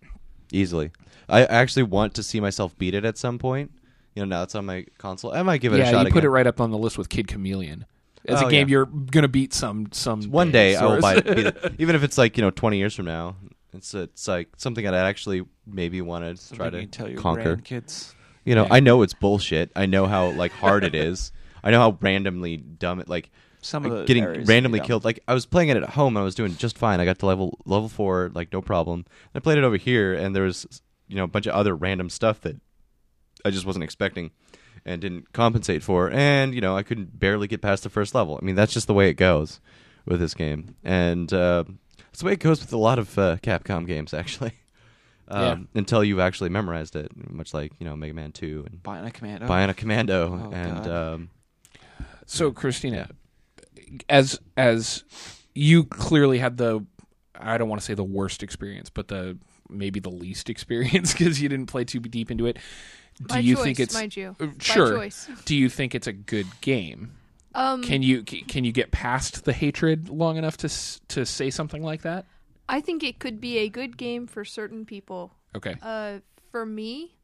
Speaker 4: easily. I actually want to see myself beat it at some point. You know, now it's on my console. I might give it a
Speaker 2: yeah, you
Speaker 4: shot.
Speaker 2: put it
Speaker 4: again.
Speaker 2: right up on the list with Kid Chameleon as
Speaker 4: Oh,
Speaker 2: a game
Speaker 4: yeah.
Speaker 2: you're gonna beat some some
Speaker 4: One day I will
Speaker 2: so-
Speaker 4: buy it, beat it. even if it's like you know 20 years from now. It's it's like something that I actually maybe want to try
Speaker 5: Something
Speaker 4: to
Speaker 5: you tell your
Speaker 4: conquer.
Speaker 5: grandkids.
Speaker 4: You know, I know it's bullshit. I know how like hard it is. I know how randomly dumb it like
Speaker 5: Some of
Speaker 4: like,
Speaker 5: the
Speaker 4: getting
Speaker 5: areas
Speaker 4: randomly
Speaker 5: can be dumb.
Speaker 4: killed. Like I was playing it at home and I was doing just fine. I got to level level four, like no problem. And I played it over here and there was you know a bunch of other random stuff that I just wasn't expecting and didn't compensate for. And you know I couldn't barely get past the first level. I mean that's just the way it goes with this game, and uh, that's the way it goes with a lot of uh, Capcom games actually. Um, Until you've actually memorized it, much like you know Mega Man Two and
Speaker 5: Bionic Commando.
Speaker 4: Bionic Commando
Speaker 5: Oh,
Speaker 4: and
Speaker 5: God.
Speaker 4: um,
Speaker 2: So Christina, as as you clearly had the, I don't want to say the worst experience, but the maybe the least experience because you didn't play too deep into it. Do
Speaker 3: My
Speaker 2: you
Speaker 3: choice,
Speaker 2: think it's
Speaker 3: mind you?
Speaker 2: Uh,
Speaker 3: By
Speaker 2: sure?
Speaker 3: choice.
Speaker 2: Do you think it's a good game?
Speaker 3: Um,
Speaker 2: Can you c- can you get past the hatred long enough to s- to say something like that?
Speaker 3: I think it could be a good game for certain people.
Speaker 2: Okay.
Speaker 3: Uh, for me,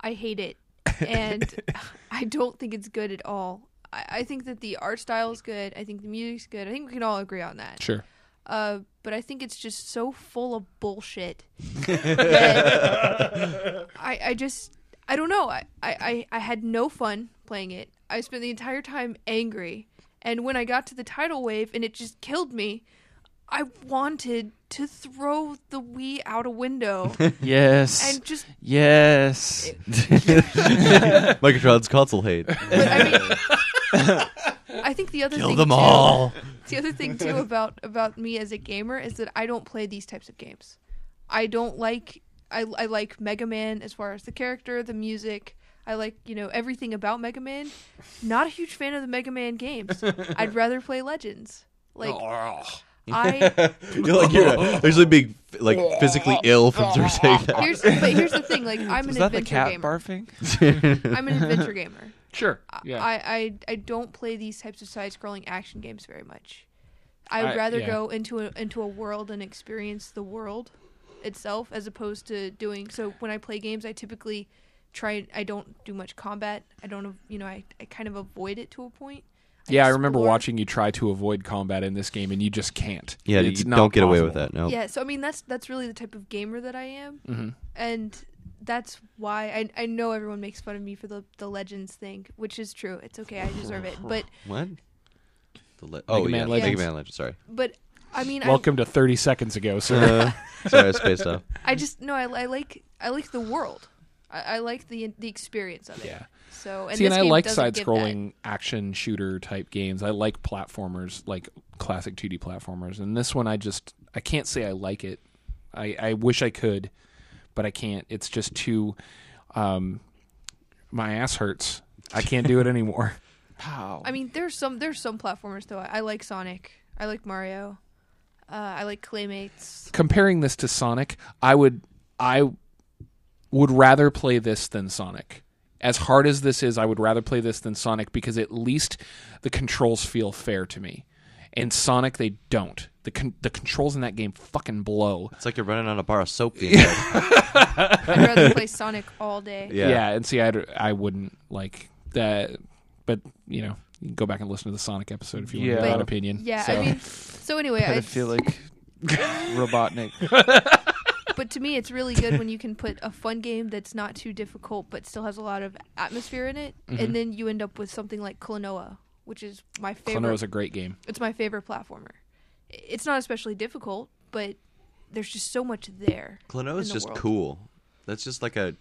Speaker 3: I hate it, and I don't think it's good at all. I, I think that the art style is good. I think the music's good. I think we can all agree on that.
Speaker 2: Sure.
Speaker 3: Uh, but I think it's just so full of bullshit. that I I just I don't know. I, I I- I had no fun playing it. I spent the entire time angry, and when I got to the tidal wave and it just killed me, I wanted to throw the Wii out a window
Speaker 5: Yes.
Speaker 3: and just.
Speaker 5: yes.
Speaker 4: Microtron's console hate.
Speaker 3: But I mean, I think the other
Speaker 4: Kill
Speaker 3: thing
Speaker 4: them
Speaker 3: too-
Speaker 4: all.
Speaker 3: the other thing too about about me as a gamer is that I don't play these types of games. I don't like I I like Mega Man as far as the character, the music. I like you know everything about Mega Man. Not a huge fan of the Mega Man games. I'd rather play Legends. Like I
Speaker 4: You're like you're actually being like physically ill from saying that.
Speaker 3: here's but here's the thing. Like I'm
Speaker 5: Was
Speaker 3: an
Speaker 5: that the
Speaker 3: adventure
Speaker 5: cat
Speaker 3: gamer.
Speaker 5: barfing?
Speaker 3: I'm an adventure gamer.
Speaker 2: Sure. Yeah.
Speaker 3: I, I I don't play these types of side-scrolling action games very much. I would
Speaker 2: I-
Speaker 3: rather
Speaker 2: yeah.
Speaker 3: go into a, into a world and experience the world itself as opposed to doing so when I play games I typically try I don't do much combat. I don't you know I, I kind of avoid it to a point.
Speaker 2: yeah, I remember
Speaker 3: explore.
Speaker 2: watching you try to avoid combat in this game, and you just can't.
Speaker 4: Yeah,
Speaker 2: It's
Speaker 4: you
Speaker 2: not
Speaker 4: don't get away with
Speaker 2: possible.
Speaker 4: that. No.
Speaker 3: Yeah, so I mean that's that's really the type of gamer that I am.
Speaker 2: Mm-hmm.
Speaker 3: And that's why I I know everyone makes fun of me for the the legends thing, which is true. It's okay. I deserve it. But
Speaker 4: What? The le- oh
Speaker 2: Man
Speaker 4: yeah,
Speaker 2: Legends.
Speaker 4: Mega Man Legends. Sorry,
Speaker 3: but I mean I
Speaker 2: Welcome to 30 seconds ago, sir.
Speaker 4: sorry, I spaced out.
Speaker 3: I just no, I, I like I like the world. I, I like the the experience of it.
Speaker 2: Yeah.
Speaker 3: So and
Speaker 2: See, and
Speaker 3: this
Speaker 2: I
Speaker 3: game
Speaker 2: like
Speaker 3: doesn't give
Speaker 2: side-scrolling action shooter type games. I like platformers, like classic 2D platformers. And this one, I just I can't say I like it. I, I wish I could, but I can't. It's just too. Um, my ass hurts. I can't do it anymore.
Speaker 5: Pow.
Speaker 3: that. I mean, there's some there's some platformers though. I, I like Sonic. I like Mario. Uh, I like Claymates.
Speaker 2: Comparing this to Sonic, I would I would rather play this than Sonic. As hard as this is, I would rather play this than Sonic because at least the controls feel fair to me. And Sonic, they don't. The con- the controls in that game fucking blow.
Speaker 4: It's like you're running on a bar of soap. The entire time.
Speaker 3: I'd rather play Sonic all day.
Speaker 4: yeah.
Speaker 2: and see, I'd, I wouldn't like that. But you know, you can go back and listen to the Sonic episode if you want to
Speaker 5: Yeah.
Speaker 2: get that opinion.
Speaker 3: Yeah,
Speaker 2: So-
Speaker 3: I mean, so anyway, I
Speaker 5: Pedophilic Robotnik.
Speaker 3: but to me, it's really good when you can put a fun game that's not too difficult but still has a lot of atmosphere in it,
Speaker 2: Mm-hmm.
Speaker 3: and then you end up with something like Klonoa, which is my favorite
Speaker 2: Klonoa's a great game.
Speaker 3: It's my favorite platformer. It's not especially difficult, but there's just so much there. in
Speaker 4: Klonoa's
Speaker 3: the
Speaker 4: just
Speaker 3: world.
Speaker 4: cool. That's just like a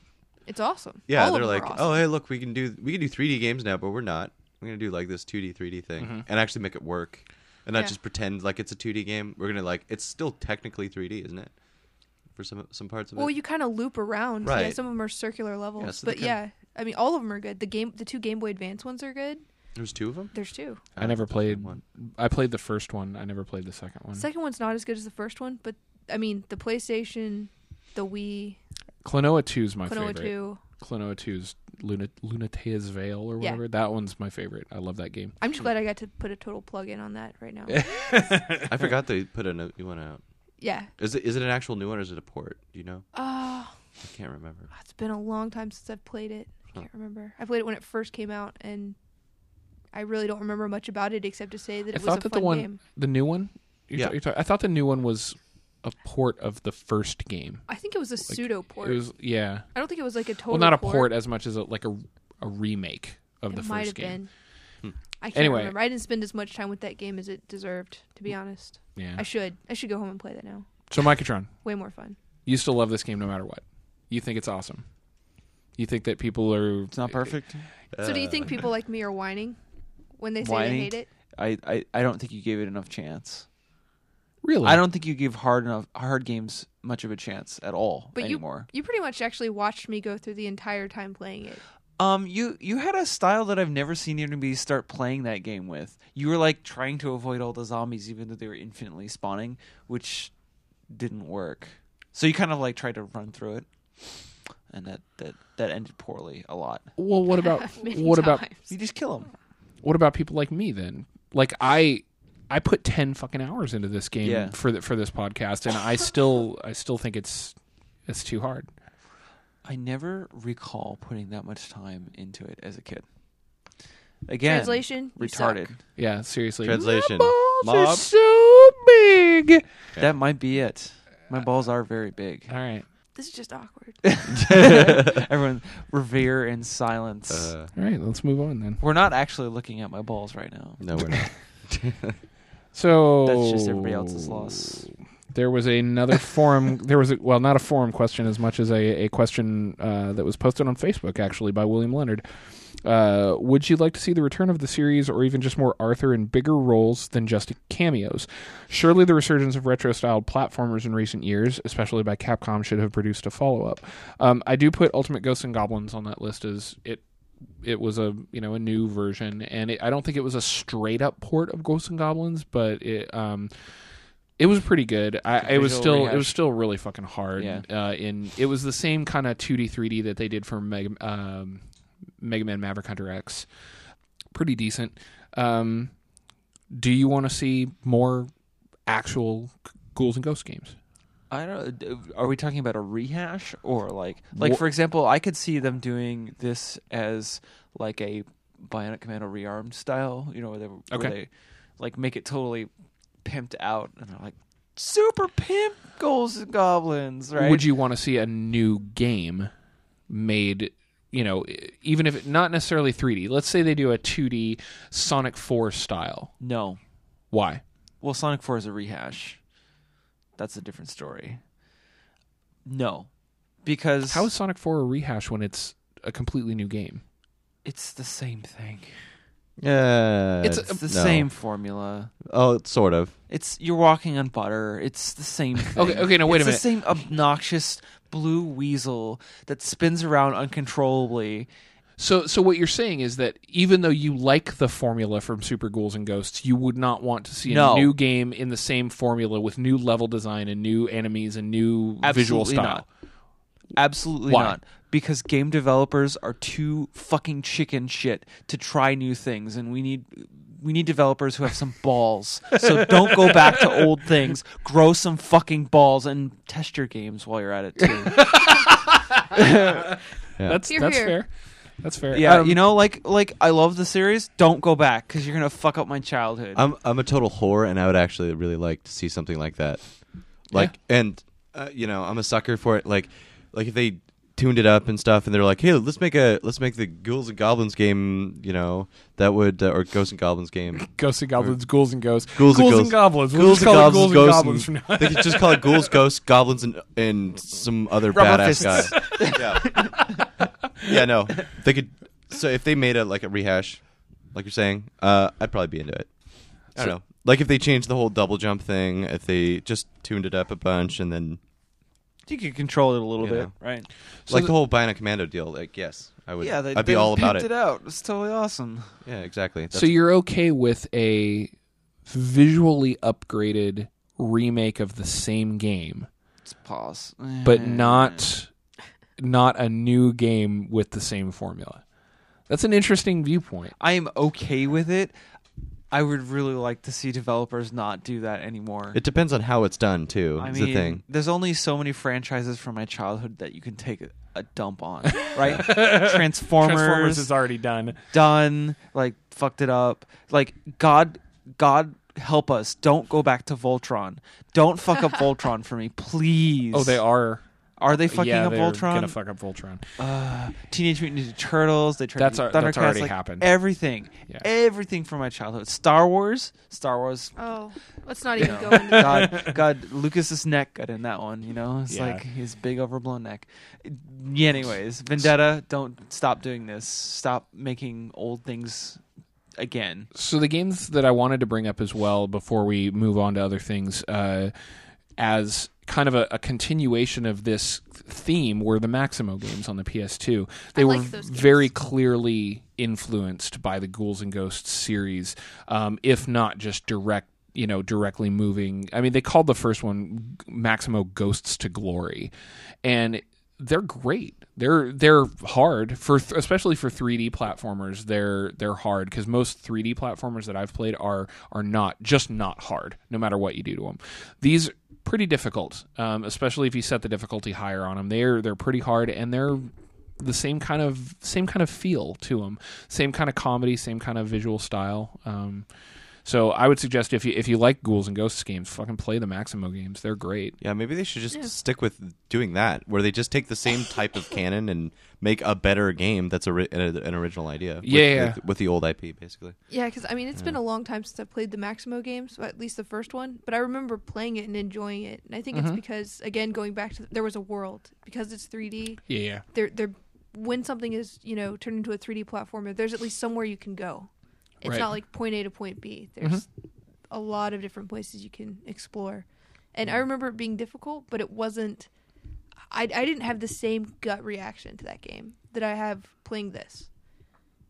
Speaker 3: It's awesome.
Speaker 4: yeah.
Speaker 3: All of
Speaker 4: they're
Speaker 3: them
Speaker 4: like,
Speaker 3: are awesome.
Speaker 4: oh hey, look, we can do we can do 3D games now, but we're not. We're gonna do like this 2D 3D thing and actually make it work, and not
Speaker 3: Yeah.
Speaker 4: just pretend like it's a 2D game. We're gonna like it's still technically 3D, isn't it? For some some parts of
Speaker 3: well,
Speaker 4: it.
Speaker 3: you kind of loop around. Yeah,
Speaker 4: Right.
Speaker 3: some of them are circular levels,
Speaker 4: Yeah, so they
Speaker 3: but
Speaker 4: kinda-
Speaker 3: yeah, I mean, all of them are good. The game, the two Game Boy Advance ones are good.
Speaker 4: There's two of them.
Speaker 3: There's two.
Speaker 2: I never played.
Speaker 4: one.
Speaker 2: I played the first one. I never played the second one.
Speaker 3: Second one's not as good as the first one, but I mean, the PlayStation, the Wii,
Speaker 2: Klonoa Two is my
Speaker 3: Klonoa
Speaker 2: favorite.
Speaker 3: Two.
Speaker 2: Klonoa 2's Luna, Lunatea's Veil or
Speaker 3: Yeah.
Speaker 2: whatever. That one's my favorite. I love that game.
Speaker 3: I'm just glad I got to put a total plug in on that right now.
Speaker 4: I forgot they put a new one out.
Speaker 3: yeah.
Speaker 4: Is it is it an actual new one or is it a port? Do you know?
Speaker 3: Oh,
Speaker 4: I can't remember.
Speaker 3: Ah, it's been a long time since I've played it. I can't remember. I played it when it first came out, and I really don't remember much about it except to say that it
Speaker 2: I
Speaker 3: was a
Speaker 2: thought that the
Speaker 3: fun
Speaker 2: one,
Speaker 3: game.
Speaker 2: the new one. You're
Speaker 4: Yeah.
Speaker 2: ta- you're ta- I thought the new one was a port of the first game.
Speaker 3: I think it was a pseudo port.
Speaker 2: It was yeah.
Speaker 3: I don't think it was like a total.
Speaker 2: well, not a port as much as a, like a a remake of
Speaker 3: It
Speaker 2: the
Speaker 3: might
Speaker 2: first
Speaker 3: have
Speaker 2: game. Hmm.
Speaker 3: been. I can't
Speaker 2: Anyway. Hmm.
Speaker 3: remember. I didn't spend as much time with that game as it deserved. To be honest,
Speaker 2: Yeah.
Speaker 3: I should. I should go home and play that now.
Speaker 2: so Microtron,
Speaker 3: Way more fun.
Speaker 2: you still love this game no matter what. You think it's awesome. You think that people are
Speaker 5: It's not perfect.
Speaker 3: so, do you
Speaker 2: Uh.
Speaker 3: think people like me are whining when they say
Speaker 5: whining.
Speaker 3: they hate it?
Speaker 5: I, I, I don't think you gave it enough chance.
Speaker 2: really.
Speaker 5: I don't think you give hard enough hard games much of a chance at all
Speaker 3: But
Speaker 5: anymore.
Speaker 3: you, you pretty much actually watched me go through the entire time playing it.
Speaker 5: um, you you had a style that I've never seen anybody start playing that game with. You were like trying to avoid all the zombies, even though they were infinitely spawning, which didn't work. So you kind of like tried to run through it, and that that that ended poorly a lot.
Speaker 2: Well, what about
Speaker 3: Many
Speaker 2: what about
Speaker 3: times.
Speaker 5: You just kill them.
Speaker 2: What about people like me then? Like I I put 10 fucking hours into this game
Speaker 5: Yeah.
Speaker 2: for the, for this podcast and I still I still think it's it's too hard.
Speaker 5: I never recall putting that much time into it as a kid. Again,
Speaker 3: Translation, you suck.
Speaker 5: retarded.
Speaker 2: Yeah, seriously.
Speaker 4: Translation.
Speaker 2: My balls are
Speaker 4: Mob.
Speaker 2: so big.
Speaker 5: That might be it. My balls are very big.
Speaker 2: All right.
Speaker 3: This is just awkward.
Speaker 5: Everyone, revere in silence.
Speaker 4: Uh,
Speaker 2: All right, let's move on then.
Speaker 5: We're not actually looking at my balls right now.
Speaker 4: no, we're not.
Speaker 2: So
Speaker 5: That's just everybody else's loss.
Speaker 2: Oh. There was another forum. There was a, well, not a forum question as much as a, a question uh, that was posted on Facebook actually by William Leonard. Uh, would you like to see the return of the series, or even just more Arthur in bigger roles than just cameos? Surely the resurgence of retro-styled platformers in recent years, especially by Capcom, should have produced a follow-up. Um, I do put Ultimate Ghosts and Goblins on that list as it it was a you know a new version, and it, I don't think it was a straight up port of Ghosts and Goblins, but it um it was pretty good. I it was
Speaker 5: visual
Speaker 2: still it was
Speaker 5: rehash.
Speaker 2: still really fucking hard.
Speaker 5: Yeah.
Speaker 2: Uh, in it was the same kind of two D three D that they did for Mega um, Mega Man Maverick Hunter X. Pretty decent. Um, do you want to see more actual ghouls and ghost games?
Speaker 5: I don't. d- Are we talking about a rehash or like, like
Speaker 2: Wha-
Speaker 5: for example, I could see them doing this as like a Bionic Commando rearmed style. You know, where they, where
Speaker 2: Okay.
Speaker 5: they like make it totally pimped out, and they're like super pimp goals and goblins, right?
Speaker 2: would you want to see a new game made you know e- even if it, not necessarily 3d let's say they do a 2d sonic 4 style
Speaker 5: No.
Speaker 2: why
Speaker 5: Well, Sonic Four is a rehash. That's a different story. No, because
Speaker 2: how is sonic 4 a rehash when it's a completely new game
Speaker 5: it's the same thing.
Speaker 4: Yeah,
Speaker 2: It's
Speaker 5: It's the
Speaker 4: no.
Speaker 5: same formula.
Speaker 4: Oh, sort of.
Speaker 5: It's you're walking on butter. It's the same thing.
Speaker 2: Okay, okay, now wait
Speaker 5: It's
Speaker 2: a
Speaker 5: The same obnoxious blue weasel that spins around uncontrollably.
Speaker 2: so so what you're saying is that even though you like the formula from super ghouls and ghosts you would not want to see a
Speaker 5: No.
Speaker 2: new game in the same formula with new level design and new enemies and new visual
Speaker 5: Absolutely
Speaker 2: style
Speaker 5: not. Absolutely
Speaker 2: Why?
Speaker 5: not. Because game developers are too fucking chicken shit to try new things, and we need we need developers who have some balls. So don't go back to old things. Grow some fucking balls and test your games while you're at it too.
Speaker 2: that's that's
Speaker 3: Here, here.
Speaker 2: fair that's fair
Speaker 5: Yeah,
Speaker 2: Um,
Speaker 5: you know, like like I love the series. Don't go back because you're gonna fuck up my childhood.
Speaker 4: I'm I'm a total whore, and I would actually really like to see something like that. Like, and uh, you know, I'm a sucker for it. Like, like if they tuned it up and stuff, and they're like, "Hey, let's make a let's make the Ghouls and Goblins game," you know, that would uh, or Ghosts and Goblins game.
Speaker 2: Ghosts and Goblins, Ghouls and Ghosts,
Speaker 4: Ghouls and Ghosts.
Speaker 2: Goblins, We'll
Speaker 4: Ghouls
Speaker 2: just
Speaker 4: and
Speaker 2: call it
Speaker 4: Goblins,
Speaker 2: Ghouls and
Speaker 4: Ghosts,
Speaker 2: Goblins from now on.
Speaker 4: They could just call it Ghouls, Ghosts, Goblins, and and some other
Speaker 5: Rubber
Speaker 4: badass
Speaker 5: fists.
Speaker 4: guy. yeah. yeah, no, they could. So if they made a like a rehash, like you're saying, uh, I'd probably be into it. I don't know. Like if they changed the whole double jump thing, if they just tuned it up a bunch, and then
Speaker 5: you can control it a little
Speaker 4: You
Speaker 5: bit,
Speaker 4: know.
Speaker 5: right?
Speaker 2: So
Speaker 4: like the,
Speaker 2: the-
Speaker 4: whole Bionic Commando deal, like yes, I would.
Speaker 5: Yeah, they,
Speaker 4: I'd be all about it.
Speaker 5: out. It's totally awesome.
Speaker 4: Yeah, exactly. That's,
Speaker 2: So you're okay with a visually upgraded remake of the same game,
Speaker 5: Let's pause.
Speaker 2: but
Speaker 5: Mm.
Speaker 2: not not a new game with the same formula. That's an interesting viewpoint.
Speaker 5: I am okay with it. I would really like to see developers not do that anymore.
Speaker 4: it depends on how it's done too.
Speaker 5: I
Speaker 4: is
Speaker 5: mean,
Speaker 4: the thing.
Speaker 5: there's only so many franchises from my childhood that you can take a, a dump on, right? Transformers,
Speaker 2: already done.
Speaker 5: done. Like fucked it up. Like God, God help us. Don't go back to Voltron. Don't fuck up Voltron for me, please.
Speaker 2: Oh, they are.
Speaker 5: Are they fucking
Speaker 2: yeah,
Speaker 5: up
Speaker 2: they're
Speaker 5: Voltron?
Speaker 2: Gonna fuck up Voltron.
Speaker 5: uh, Teenage Mutant Ninja Turtles. They tried
Speaker 2: That's
Speaker 5: to
Speaker 2: al-
Speaker 5: do
Speaker 2: that's
Speaker 5: Thundercats,
Speaker 2: already
Speaker 5: like,
Speaker 2: happened.
Speaker 5: Everything,
Speaker 2: Yeah.
Speaker 5: everything from my childhood. Star Wars. Star Wars.
Speaker 3: Oh, let's not even go
Speaker 5: No.
Speaker 3: into that.
Speaker 5: God, God, Lucas's neck got in that one. You know, it's
Speaker 2: Yeah.
Speaker 5: like his big overblown neck. Yeah, anyways, Vendetta. Don't stop doing this. Stop making old things again.
Speaker 2: so the games that I wanted to bring up as well before we move on to other things, uh, as kind of a, a continuation of this theme, were the Maximo games on the PS2. They
Speaker 3: I
Speaker 2: were
Speaker 3: like those games.
Speaker 2: very clearly influenced by the Ghouls and Ghosts series, um, if not just direct. You know, directly moving. I mean, they called the first one Maximo Ghosts to Glory, and they're great. They're they're hard for th- especially for 3D platformers. They're they're hard because most 3D platformers that I've played are are not just not hard no matter what you do to them. These pretty difficult, um, especially if you set the difficulty higher on them. They're they're pretty hard and they're the same kind of same kind of feel to them, same kind of comedy, same kind of visual style. Um, so I would suggest if you if you like ghouls and ghosts games, fucking play the Maximo games. They're great.
Speaker 4: Yeah, maybe they should just stick with doing that, where they just take the same type of canon and make a better game that's a, ri- an, an original idea. with-
Speaker 2: Yeah.
Speaker 4: with, with the old IP basically.
Speaker 3: Yeah, because I mean, it's been a long time since I played the Maximo games, or at least the first one. But I remember playing it and enjoying it, and I think it's because, again, going back to there was a world because it's 3D.
Speaker 2: Yeah, yeah.
Speaker 3: There, there, when something is you know turned into a 3D platformer, there's at least somewhere you can go. It's
Speaker 2: Right.
Speaker 3: not like point A to point B. There's a lot of different places you can explore, and I remember it being difficult, but it wasn't. I I didn't have the same gut reaction to that game that I have playing this.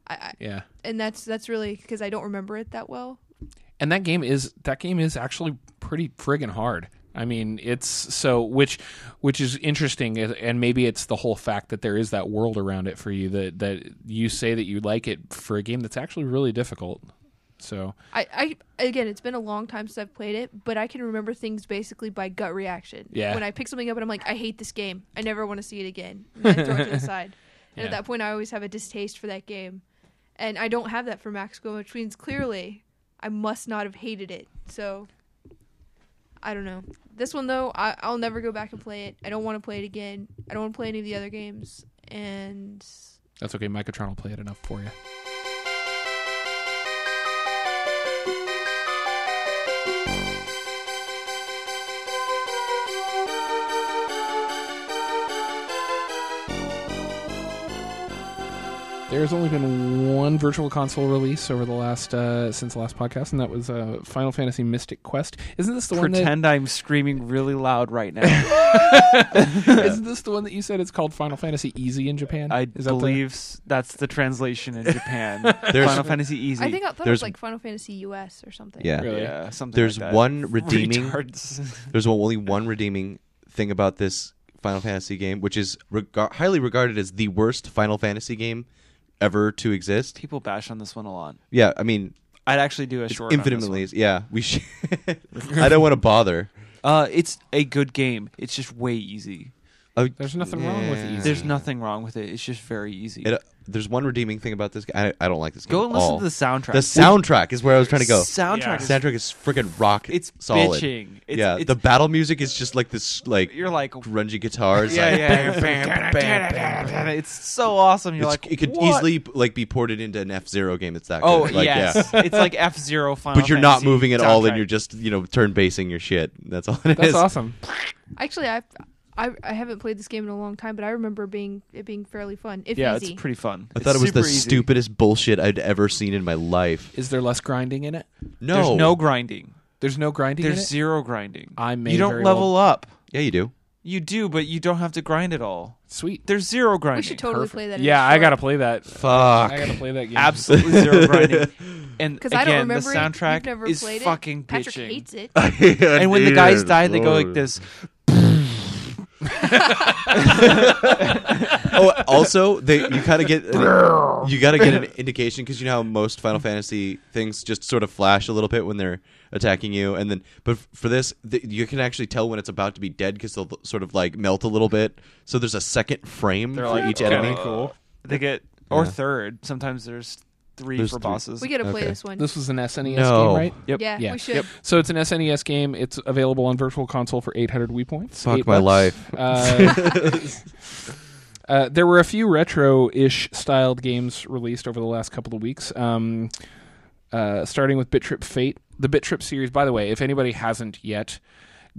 Speaker 3: I, I,
Speaker 2: yeah.
Speaker 3: and that's that's really because I don't remember it that well.
Speaker 2: and that game is that game is actually pretty friggin' hard. I mean, it's so which which is interesting, and- and maybe it's the whole fact that there is that world around it for you that that you say that you like it for a game that's actually really difficult. So
Speaker 3: I, I again, it's been a long time since I've played it, but I can remember things basically by gut reaction.
Speaker 2: Yeah.
Speaker 3: When I pick something up and I'm like, I hate this game. I never want to see it again. And then I throw it to the side. And
Speaker 2: Yeah.
Speaker 3: at that point, I always have a distaste for that game, and I don't have that for Maxco, which means clearly I must not have hated it. So I don't know. This one though, I, I'll never go back and play it. I don't want to play it again. I don't want to play any of the other games, and
Speaker 2: that's okay. Microtron will play it enough for you. There's only been one virtual console release over the last uh, since the last podcast, and that was uh, Final Fantasy Mystic Quest. Isn't this the one
Speaker 5: Pretend I'm screaming really loud right now.
Speaker 2: that? Isn't this the one that you said it's called Final Fantasy Easy in Japan?
Speaker 5: I
Speaker 2: Is that the-
Speaker 5: believe s that's the translation in Japan. Final Fantasy Easy.
Speaker 3: I think I thought it
Speaker 4: There's-
Speaker 3: was like Final Fantasy US or something.
Speaker 4: Yeah.
Speaker 2: Really?
Speaker 5: yeah, something.
Speaker 4: There's
Speaker 5: like that.
Speaker 4: one redeeming.
Speaker 5: Retards.
Speaker 4: There's only one redeeming thing about this Final Fantasy game, which is regar- highly regarded as the worst Final Fantasy game ever to exist.
Speaker 5: People bash on this one a lot.
Speaker 4: Yeah, I mean,
Speaker 5: I'd actually do a
Speaker 4: it's
Speaker 5: short. on this
Speaker 4: infinitely. Yeah, we should. I don't want to bother.
Speaker 5: one. Uh, it's a good game. It's just way easy.
Speaker 4: Uh,
Speaker 2: There's nothing wrong with Easy.
Speaker 5: There's nothing wrong with it. It's just very easy.
Speaker 4: Mm. it, uh, there's one redeeming thing about this. g- I, I don't like this game.
Speaker 5: go
Speaker 4: at
Speaker 5: and listen
Speaker 4: all.
Speaker 5: to the soundtrack.
Speaker 4: The soundtrack is where I was trying to go.
Speaker 5: Soundtrack.
Speaker 2: Yeah.
Speaker 5: Is,
Speaker 4: soundtrack is freaking rock.
Speaker 5: It's
Speaker 4: solid.
Speaker 5: bitching. It's,
Speaker 4: yeah,
Speaker 5: it's,
Speaker 4: the battle music is just like this, like
Speaker 5: you're like.
Speaker 4: grungy guitars.
Speaker 5: Yeah,
Speaker 4: like,
Speaker 5: yeah, yeah. It's so awesome. You're
Speaker 4: It's-
Speaker 5: like,
Speaker 4: it could
Speaker 5: what?
Speaker 4: easily like be ported into an F Zero game. It's that.
Speaker 5: Oh
Speaker 4: good. Like,
Speaker 5: yes,
Speaker 4: yeah.
Speaker 5: it's like F Zero Final.
Speaker 4: but you're not
Speaker 5: Fantasy
Speaker 4: moving at all, and
Speaker 5: soundtrack.
Speaker 4: you're just you know turn basing your shit. That's all it is.
Speaker 2: That's awesome.
Speaker 3: Actually, I've, I I haven't played this game in a long time, but I remember being it being fairly fun. If
Speaker 5: Yeah,
Speaker 3: easy.
Speaker 5: it's pretty fun.
Speaker 4: I thought it was the
Speaker 5: stupid.
Speaker 4: stupidest bullshit I'd ever seen in my life.
Speaker 2: Is there less grinding in it?
Speaker 4: No,
Speaker 5: There's no grinding.
Speaker 2: There's no grinding. in
Speaker 5: There's
Speaker 2: it?
Speaker 5: zero grinding.
Speaker 2: I may
Speaker 5: you don't
Speaker 2: very
Speaker 5: level up.
Speaker 4: yeah, you do.
Speaker 5: You do, but you don't have to grind at all.
Speaker 2: Sweet.
Speaker 5: There's zero grinding.
Speaker 3: we should totally play that.
Speaker 2: Yeah, I gotta play that. I
Speaker 4: Fuck.
Speaker 2: gotta play that game.
Speaker 5: Absolutely zero grinding. And
Speaker 3: because
Speaker 5: again,
Speaker 3: I don't remember
Speaker 5: the
Speaker 3: it.
Speaker 5: soundtrack
Speaker 3: You've never
Speaker 5: is
Speaker 3: played
Speaker 5: fucking
Speaker 3: it. Patrick
Speaker 5: bitching.
Speaker 3: hates it.
Speaker 5: and when the guys die, they go like this.
Speaker 4: oh, also, they you kind of get you got to get an indication because you know how most Final Fantasy things just sort of flash a little bit when they're attacking you, and then but f- for this, th- you can actually tell when it's about to be dead because they'll sort of like melt a little bit. So there's a second frame for each enemy.
Speaker 2: uh,
Speaker 5: cool. They get or
Speaker 4: Yeah.
Speaker 5: third. Sometimes there's three
Speaker 4: There's
Speaker 5: for
Speaker 4: three.
Speaker 5: bosses.
Speaker 3: We gotta play
Speaker 4: Okay.
Speaker 3: this one.
Speaker 2: This was an SNES
Speaker 4: No.
Speaker 2: game, right?
Speaker 5: Yep.
Speaker 3: yeah,
Speaker 2: Yeah.
Speaker 3: we should.
Speaker 2: So it's an SNES game. It's available on Virtual Console for 800 Wii points.
Speaker 4: Fuck
Speaker 2: Eight
Speaker 4: my
Speaker 2: bucks.
Speaker 4: life.
Speaker 2: Uh, uh, there were a few retro-ish styled games released over the last couple of weeks, um, uh, starting with Bit Trip Fate. The Bit Trip series, by the way, if anybody hasn't yet,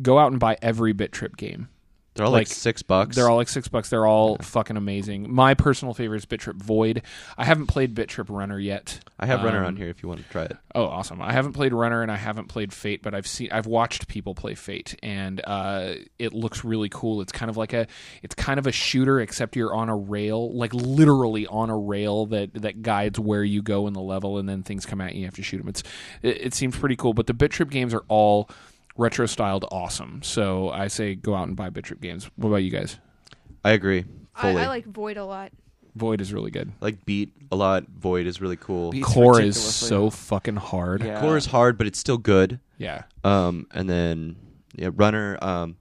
Speaker 2: go out and buy every Bit Trip game.
Speaker 4: They're all like,
Speaker 2: Like,
Speaker 4: six bucks.
Speaker 2: They're all like six bucks. They're all fucking amazing. My personal favorite is Bit Trip Void. I haven't played Bit Trip Runner yet.
Speaker 4: I have Runner on
Speaker 2: Um,
Speaker 4: here if you want to try it.
Speaker 2: Oh, awesome! I haven't played Runner and I haven't played Fate, but I've seen I've watched people play Fate, and uh, it looks really cool. It's kind of like a it's kind of a shooter, except you're on a rail, like literally on a rail that that guides where you go in the level, and then things come at you. and You have to shoot them. It's it, it seems pretty cool. But the Bit Trip games are all retro styled awesome. So I say go out and buy Bit Trip games. What about you guys?
Speaker 4: I agree
Speaker 3: I,
Speaker 4: fully.
Speaker 3: I like Void a lot.
Speaker 2: Void is really good.
Speaker 4: I like Beat a lot. Void is really cool.
Speaker 5: Beat- It's
Speaker 2: Core is
Speaker 5: ridiculously-
Speaker 2: so fucking hard.
Speaker 5: Yeah.
Speaker 4: Core is hard, but it's still good.
Speaker 2: Yeah.
Speaker 4: Um, and then yeah, Runner. Um,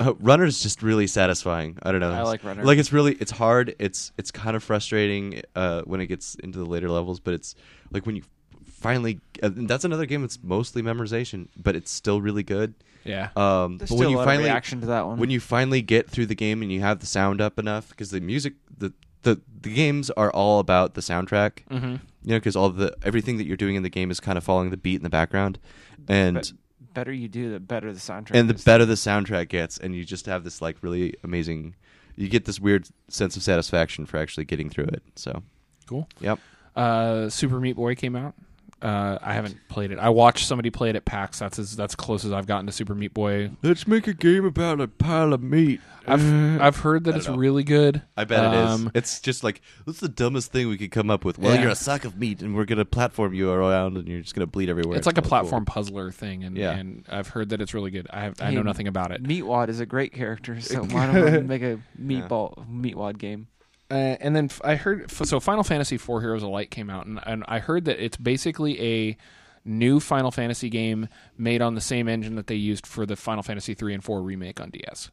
Speaker 4: uh, Runner is just really satisfying. I don't know.
Speaker 5: I like
Speaker 4: It's-
Speaker 5: Runner.
Speaker 4: Like it's really it's hard. It's it's kind of frustrating uh, when it gets into the later levels, but it's like when you finally. Uh, that's another game that's mostly memorization, but it's still really good.
Speaker 2: Yeah.
Speaker 4: Um,
Speaker 5: There's
Speaker 4: but
Speaker 5: still
Speaker 4: when
Speaker 5: a
Speaker 4: you
Speaker 5: lot
Speaker 4: finally
Speaker 5: of reaction to that one.
Speaker 4: when you finally get through the game and you have the sound up enough because the music the, the the games are all about the soundtrack
Speaker 2: Mhm.
Speaker 4: you know because all the everything that you're doing in the game is kind of following the beat in the background and
Speaker 5: But better you do, the better the soundtrack.
Speaker 4: and the
Speaker 5: is.
Speaker 4: better the soundtrack gets and you just have this like really amazing you get this weird sense of satisfaction for actually getting through it so
Speaker 2: Cool.
Speaker 4: yep
Speaker 2: Uh, Super Meat Boy came out. Uh, I haven't played it. I watched somebody play it at PAX. That's as that's close as I've gotten to Super Meat Boy.
Speaker 4: let's make a game about a pile of meat
Speaker 2: I've I've heard that
Speaker 4: I
Speaker 2: it's
Speaker 4: don't know.
Speaker 2: really good.
Speaker 4: I bet it is.
Speaker 2: Um,
Speaker 4: It's just like this is the dumbest thing we could come up with. Well,
Speaker 2: Yeah.
Speaker 4: you're a sack of meat, and we're gonna platform you around, and you're just gonna bleed everywhere.
Speaker 2: It's like a
Speaker 4: really cool.
Speaker 2: platform puzzler thing, and,
Speaker 4: Yeah.
Speaker 2: and I've heard that it's really good. I have, I
Speaker 5: Hey,
Speaker 2: know nothing about it.
Speaker 5: Meatwad is a great character, so why don't we make a meatball meatwad game?
Speaker 2: uh, and then f- I heard f- so Final Fantasy IV Heroes of Light came out, and, and I heard that it's basically a new Final Fantasy game made on the same engine that they used for the Final Fantasy III and IV remake on DS.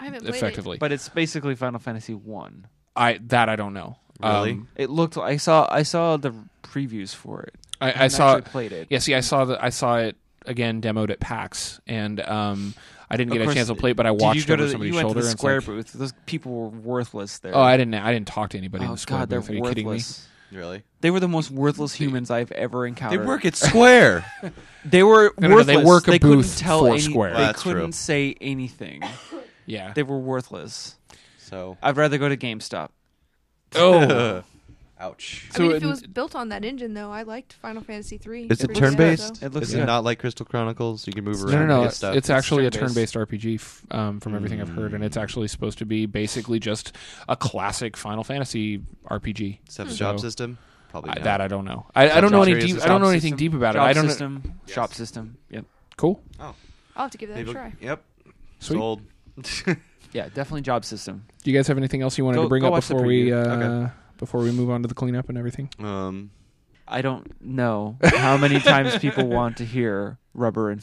Speaker 3: I haven't played
Speaker 2: Effectively,
Speaker 5: But it's basically Final Fantasy One.
Speaker 2: I that I don't know.
Speaker 4: Really?
Speaker 2: Um,
Speaker 5: It looked. I saw. I saw the previews for it.
Speaker 2: I, I
Speaker 5: haven't
Speaker 2: saw.
Speaker 5: actually played it.
Speaker 2: Yeah, see, I saw that. I saw it again demoed at PAX, and um, I didn't
Speaker 5: Of
Speaker 2: get
Speaker 5: course,
Speaker 2: a chance to play it. But I
Speaker 5: Did
Speaker 2: watched
Speaker 5: you go
Speaker 2: over
Speaker 5: to the,
Speaker 2: somebody's
Speaker 5: you went
Speaker 2: shoulder.
Speaker 5: to the
Speaker 2: and it's
Speaker 5: square
Speaker 2: like-
Speaker 5: booth. Those people were worthless there.
Speaker 2: oh, I didn't. I didn't talk to anybody. in
Speaker 5: Oh
Speaker 2: the square
Speaker 5: God, they're
Speaker 2: booth. Are you kidding me?
Speaker 5: worthless.
Speaker 4: Really?
Speaker 5: They were the most worthless humans I've ever encountered.
Speaker 4: They work at Square.
Speaker 5: They were
Speaker 2: No, no, no,
Speaker 5: worthless.
Speaker 2: they work a
Speaker 5: couldn't
Speaker 2: booth
Speaker 5: tell
Speaker 2: for
Speaker 5: any-
Speaker 2: Square.
Speaker 5: They
Speaker 4: That's true.
Speaker 5: couldn't say anything.
Speaker 2: Yeah.
Speaker 5: They were worthless.
Speaker 4: so,
Speaker 5: I'd rather go to GameStop.
Speaker 2: oh,
Speaker 4: ouch.
Speaker 3: it. I mean,
Speaker 2: So
Speaker 3: if it
Speaker 2: in-
Speaker 3: was built on that engine, though, I liked Final Fantasy III.
Speaker 4: Is it
Speaker 3: originally, so-
Speaker 4: turn-based?
Speaker 5: It looks
Speaker 4: Is
Speaker 5: good.
Speaker 4: it not like Crystal Chronicles? You can move around.
Speaker 2: No, no, no.
Speaker 4: and get
Speaker 2: It's,
Speaker 4: stuff.
Speaker 2: it's actually a
Speaker 5: turn-based. Mm.
Speaker 2: turn-based RPG f- um, from everything I've heard, and it's actually supposed to be basically just a classic Final Fantasy RPG.
Speaker 4: Stuff
Speaker 2: So,
Speaker 4: job system. Probably
Speaker 2: I,
Speaker 4: not.
Speaker 2: that I don't know. I, I don't know
Speaker 4: Job
Speaker 2: any
Speaker 4: Theory is
Speaker 2: deep.
Speaker 4: a
Speaker 2: I don't know
Speaker 4: job
Speaker 2: anything
Speaker 5: System.
Speaker 2: deep about it.
Speaker 5: Job
Speaker 2: I don't. know.
Speaker 5: System. Shop system. Yep.
Speaker 2: Cool.
Speaker 3: I'll have to give that
Speaker 4: Maybe-
Speaker 3: a try.
Speaker 4: Yep.
Speaker 2: Sweet.
Speaker 4: Sold.
Speaker 5: Yeah, definitely job system.
Speaker 2: Do you guys have anything else you wanted
Speaker 5: Go-
Speaker 2: to bring
Speaker 5: go
Speaker 2: up
Speaker 5: watch the
Speaker 2: before we uh,
Speaker 5: preview.
Speaker 2: before we move on to the cleanup and everything?
Speaker 4: Um,
Speaker 5: I don't know how many times people want to hear rubber and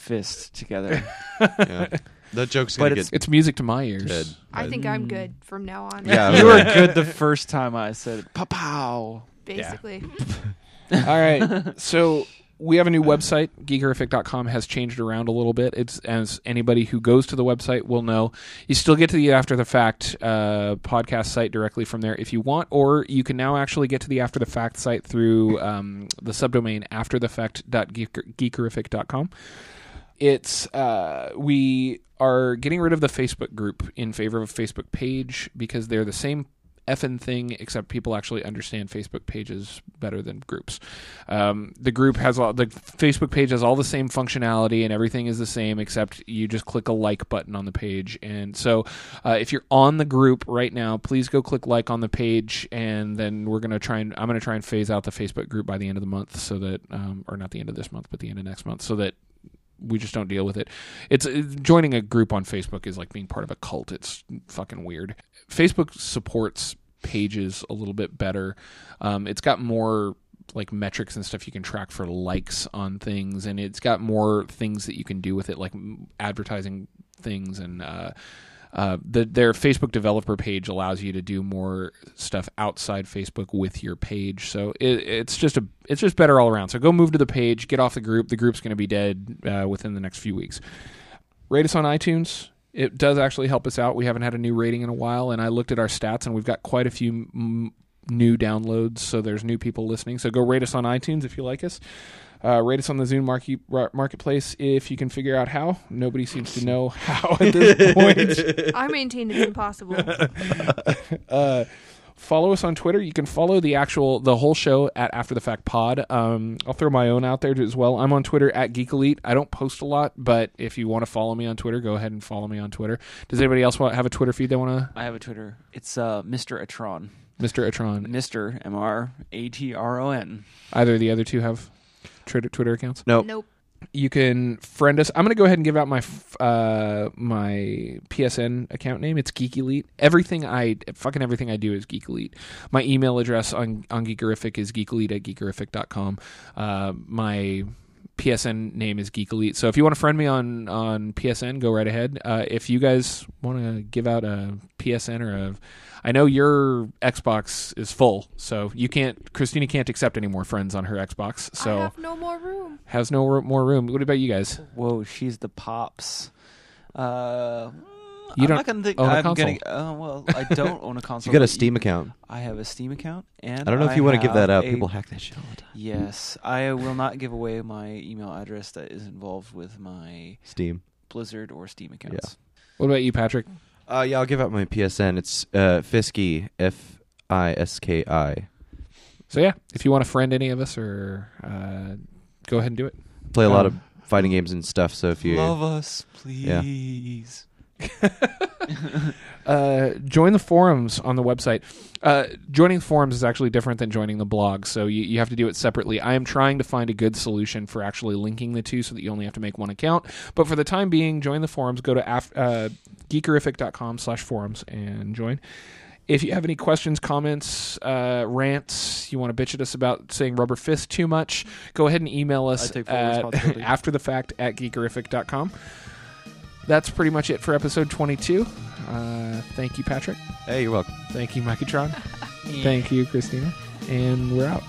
Speaker 5: fist together.
Speaker 4: yeah. that joke's
Speaker 5: But
Speaker 4: gonna
Speaker 5: it's-
Speaker 4: get
Speaker 2: It's music to my ears.
Speaker 4: dead.
Speaker 3: I think I'm
Speaker 5: Mm.
Speaker 3: good from now on.
Speaker 4: Yeah.
Speaker 5: you were good the first time I said it. pow.
Speaker 3: Basically.
Speaker 2: All right. So we have a new website. Geekerific.com has changed around a little bit. It's as anybody who goes to the website will know. You still get to the after the fact uh, podcast site directly from there if you want, or you can now actually get to the after the fact site through um, the subdomain afterthefect.geekerific.com. It's uh, we are getting rid of the Facebook group in favor of a Facebook page because they're the same effing thing, except people actually understand Facebook pages better than groups. Um, the group has all the Facebook page has all the same functionality and everything is the same, except you just click a like button on the page. And so, uh, if you're on the group right now, please go click like on the page, and then we're gonna try and I'm gonna try and phase out the Facebook group by the end of the month, so that um, or not the end of this month, but the end of next month, so that we just don't deal with it. It's it, joining a group on Facebook is like being part of a cult. It's fucking weird. Facebook supports pages a little bit better. Um, it's got more like metrics and stuff you can track for likes on things, and it's got more things that you can do with it, like m- advertising things and. Uh, uh, the, their Facebook developer page allows you to do more stuff outside Facebook with your page, so it, it's just a it's just better all around. So go move to the page, get off the group. The group's going to be dead uh, within the next few weeks. Rate us on iTunes. It does actually help us out. We haven't had a new rating in a while, and I looked at our stats, and we've got quite a few m- new downloads. So there's new people listening. So go rate us on iTunes if you like us. Uh, rate us on the Zune market, marketplace if you can figure out how. Nobody seems to know how at this point.
Speaker 3: I maintain it's impossible.
Speaker 2: uh, follow us on Twitter. You can follow the actual the whole show at After the Fact Pod. Um, I'll throw my own out there as well. I'm on Twitter at Geek Elite. I don't post a lot, but if you want to follow me on Twitter, go ahead and follow me on Twitter. Does anybody else want have a Twitter feed they want
Speaker 5: I have a Twitter. It's uh, Mr. Atron.
Speaker 2: to? Mr. Atron.
Speaker 5: Mr. M R A T R O N.
Speaker 2: Either of the other two have Twitter Twitter accounts.
Speaker 4: nope.
Speaker 3: nope.
Speaker 2: You can friend us. I'm going to go ahead and give out my f- uh, my PSN account name. It's Geek Elite. Everything I fucking everything I do is Geek Elite. My email address on on Geekerific is geekelite at geekerific.com. Uh, my PSN name is Geek Elite. So if you want to friend me on on PSN, go right ahead. Uh, if you guys want to give out a PSN or a, I know your Xbox is full, so you can't. Christina can't accept any more friends on her Xbox, so
Speaker 3: I have no more room.
Speaker 2: has no ro- more room. What about you guys?
Speaker 5: Whoa, she's the pops. Uh,
Speaker 2: You
Speaker 5: I'm
Speaker 2: don't
Speaker 5: not gonna think,
Speaker 2: own a
Speaker 5: I'm
Speaker 2: console.
Speaker 5: Gonna, uh, well, I don't own a console.
Speaker 4: You got a
Speaker 5: but
Speaker 4: Steam account.
Speaker 5: I have a Steam account, and
Speaker 4: I don't know if you want to give that
Speaker 5: have
Speaker 4: out.
Speaker 5: a-
Speaker 4: People hack that shit all the time.
Speaker 5: Yes, I will not give away my email address that is involved with my
Speaker 4: Steam.
Speaker 5: Blizzard or Steam accounts.
Speaker 2: What about you, Patrick?
Speaker 4: Uh, yeah, I'll give out my PSN. It's uh, Fisky, F I S K I.
Speaker 2: So yeah, if you want to friend any of us, or uh, go ahead and do it.
Speaker 4: Play a lot of
Speaker 2: Um,
Speaker 4: fighting games and stuff. So if you
Speaker 5: Love us, please.
Speaker 2: Uh, join the forums on the website. Uh, joining the forums is actually different than joining the blog, so you, you have to do it separately. I am trying to find a good solution for actually linking the two so that you only have to make one account. But for the time being, join the forums. Go to af- uh, geekerific.com slash forums and join. If you have any questions, comments, uh, rants, you want to bitch at us about saying rubber fist too much, go ahead and email us
Speaker 5: I take full
Speaker 2: at,
Speaker 5: responsibility.
Speaker 2: after the fact at geekerific.com. That's pretty much it for episode 22. Uh, thank you, Patrick.
Speaker 4: hey, you're welcome.
Speaker 2: Thank you, Micatron. Thank you, Christina. And we're out.